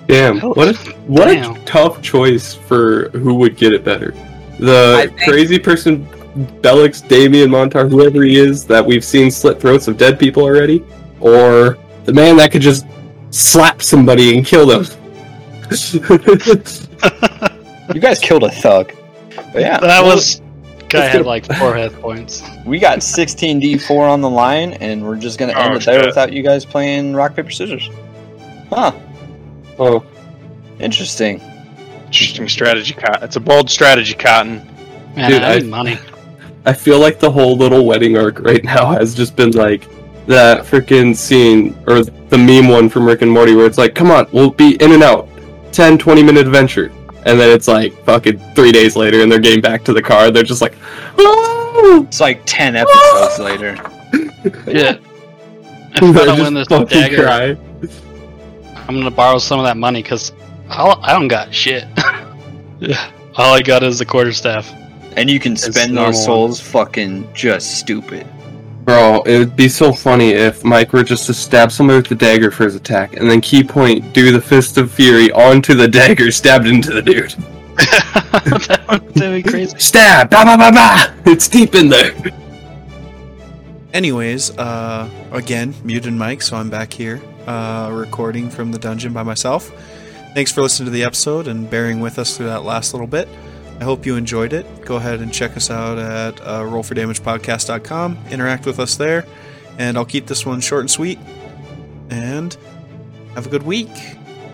S4: Damn,
S3: Hell,
S4: what a, what
S3: damn.
S4: a tough choice for who would get it better. The
S5: I think-
S4: crazy person, Belix, Damien, Montar, whoever he is that we've seen slit throats of dead people already, or the man that could just slap somebody and kill them.
S1: You guys killed a thug. But yeah,
S3: That was. Guy
S4: let's
S3: had
S4: do-
S3: like four head points.
S1: we got 16 d4 on the line, and we're just going to end
S7: Oh,
S1: it there
S7: shit.
S1: without you guys playing rock, paper, scissors. Huh,
S4: oh,
S1: interesting.
S3: Oh.
S7: Interesting strategy, Cotton. It's a bold strategy, Cotton.
S3: Man,
S4: Dude,
S3: I,
S4: I-
S3: need money.
S4: I feel like the whole little wedding arc right now has just been like that freaking scene or the meme one from Rick and Morty where it's like, come on, we'll be in and out. 10, 20 minute adventure. And then it's like fucking three days later and they're getting back to the car. They're just like, oh!
S1: It's like 10 episodes later.
S3: Yeah. If
S4: They're
S3: I don't
S4: just
S3: win this
S4: fucking
S3: dagger,
S4: crying.
S3: I'm gonna borrow some of that money because I don't got shit. yeah. All I got is the quarterstaff.
S1: And you can
S3: It's
S1: spend
S3: normal.
S1: those souls fucking just stupid.
S4: Bro, it would be so funny if Mike were just to stab somebody with the dagger for his attack and then key point do the fist of fury onto the dagger stabbed into the dude.
S3: that would be crazy.
S4: Stab! Ba ba ba ba! It's deep in there.
S2: Anyways, uh, again, muted mic, so I'm back here uh, recording from the dungeon by myself. Thanks for listening to the episode and bearing with us through that last little bit. I hope you enjoyed it. Go ahead and check us out at uh, rollfordamagepodcast.com. Interact with us there, and I'll keep this one short and sweet. And have a good week.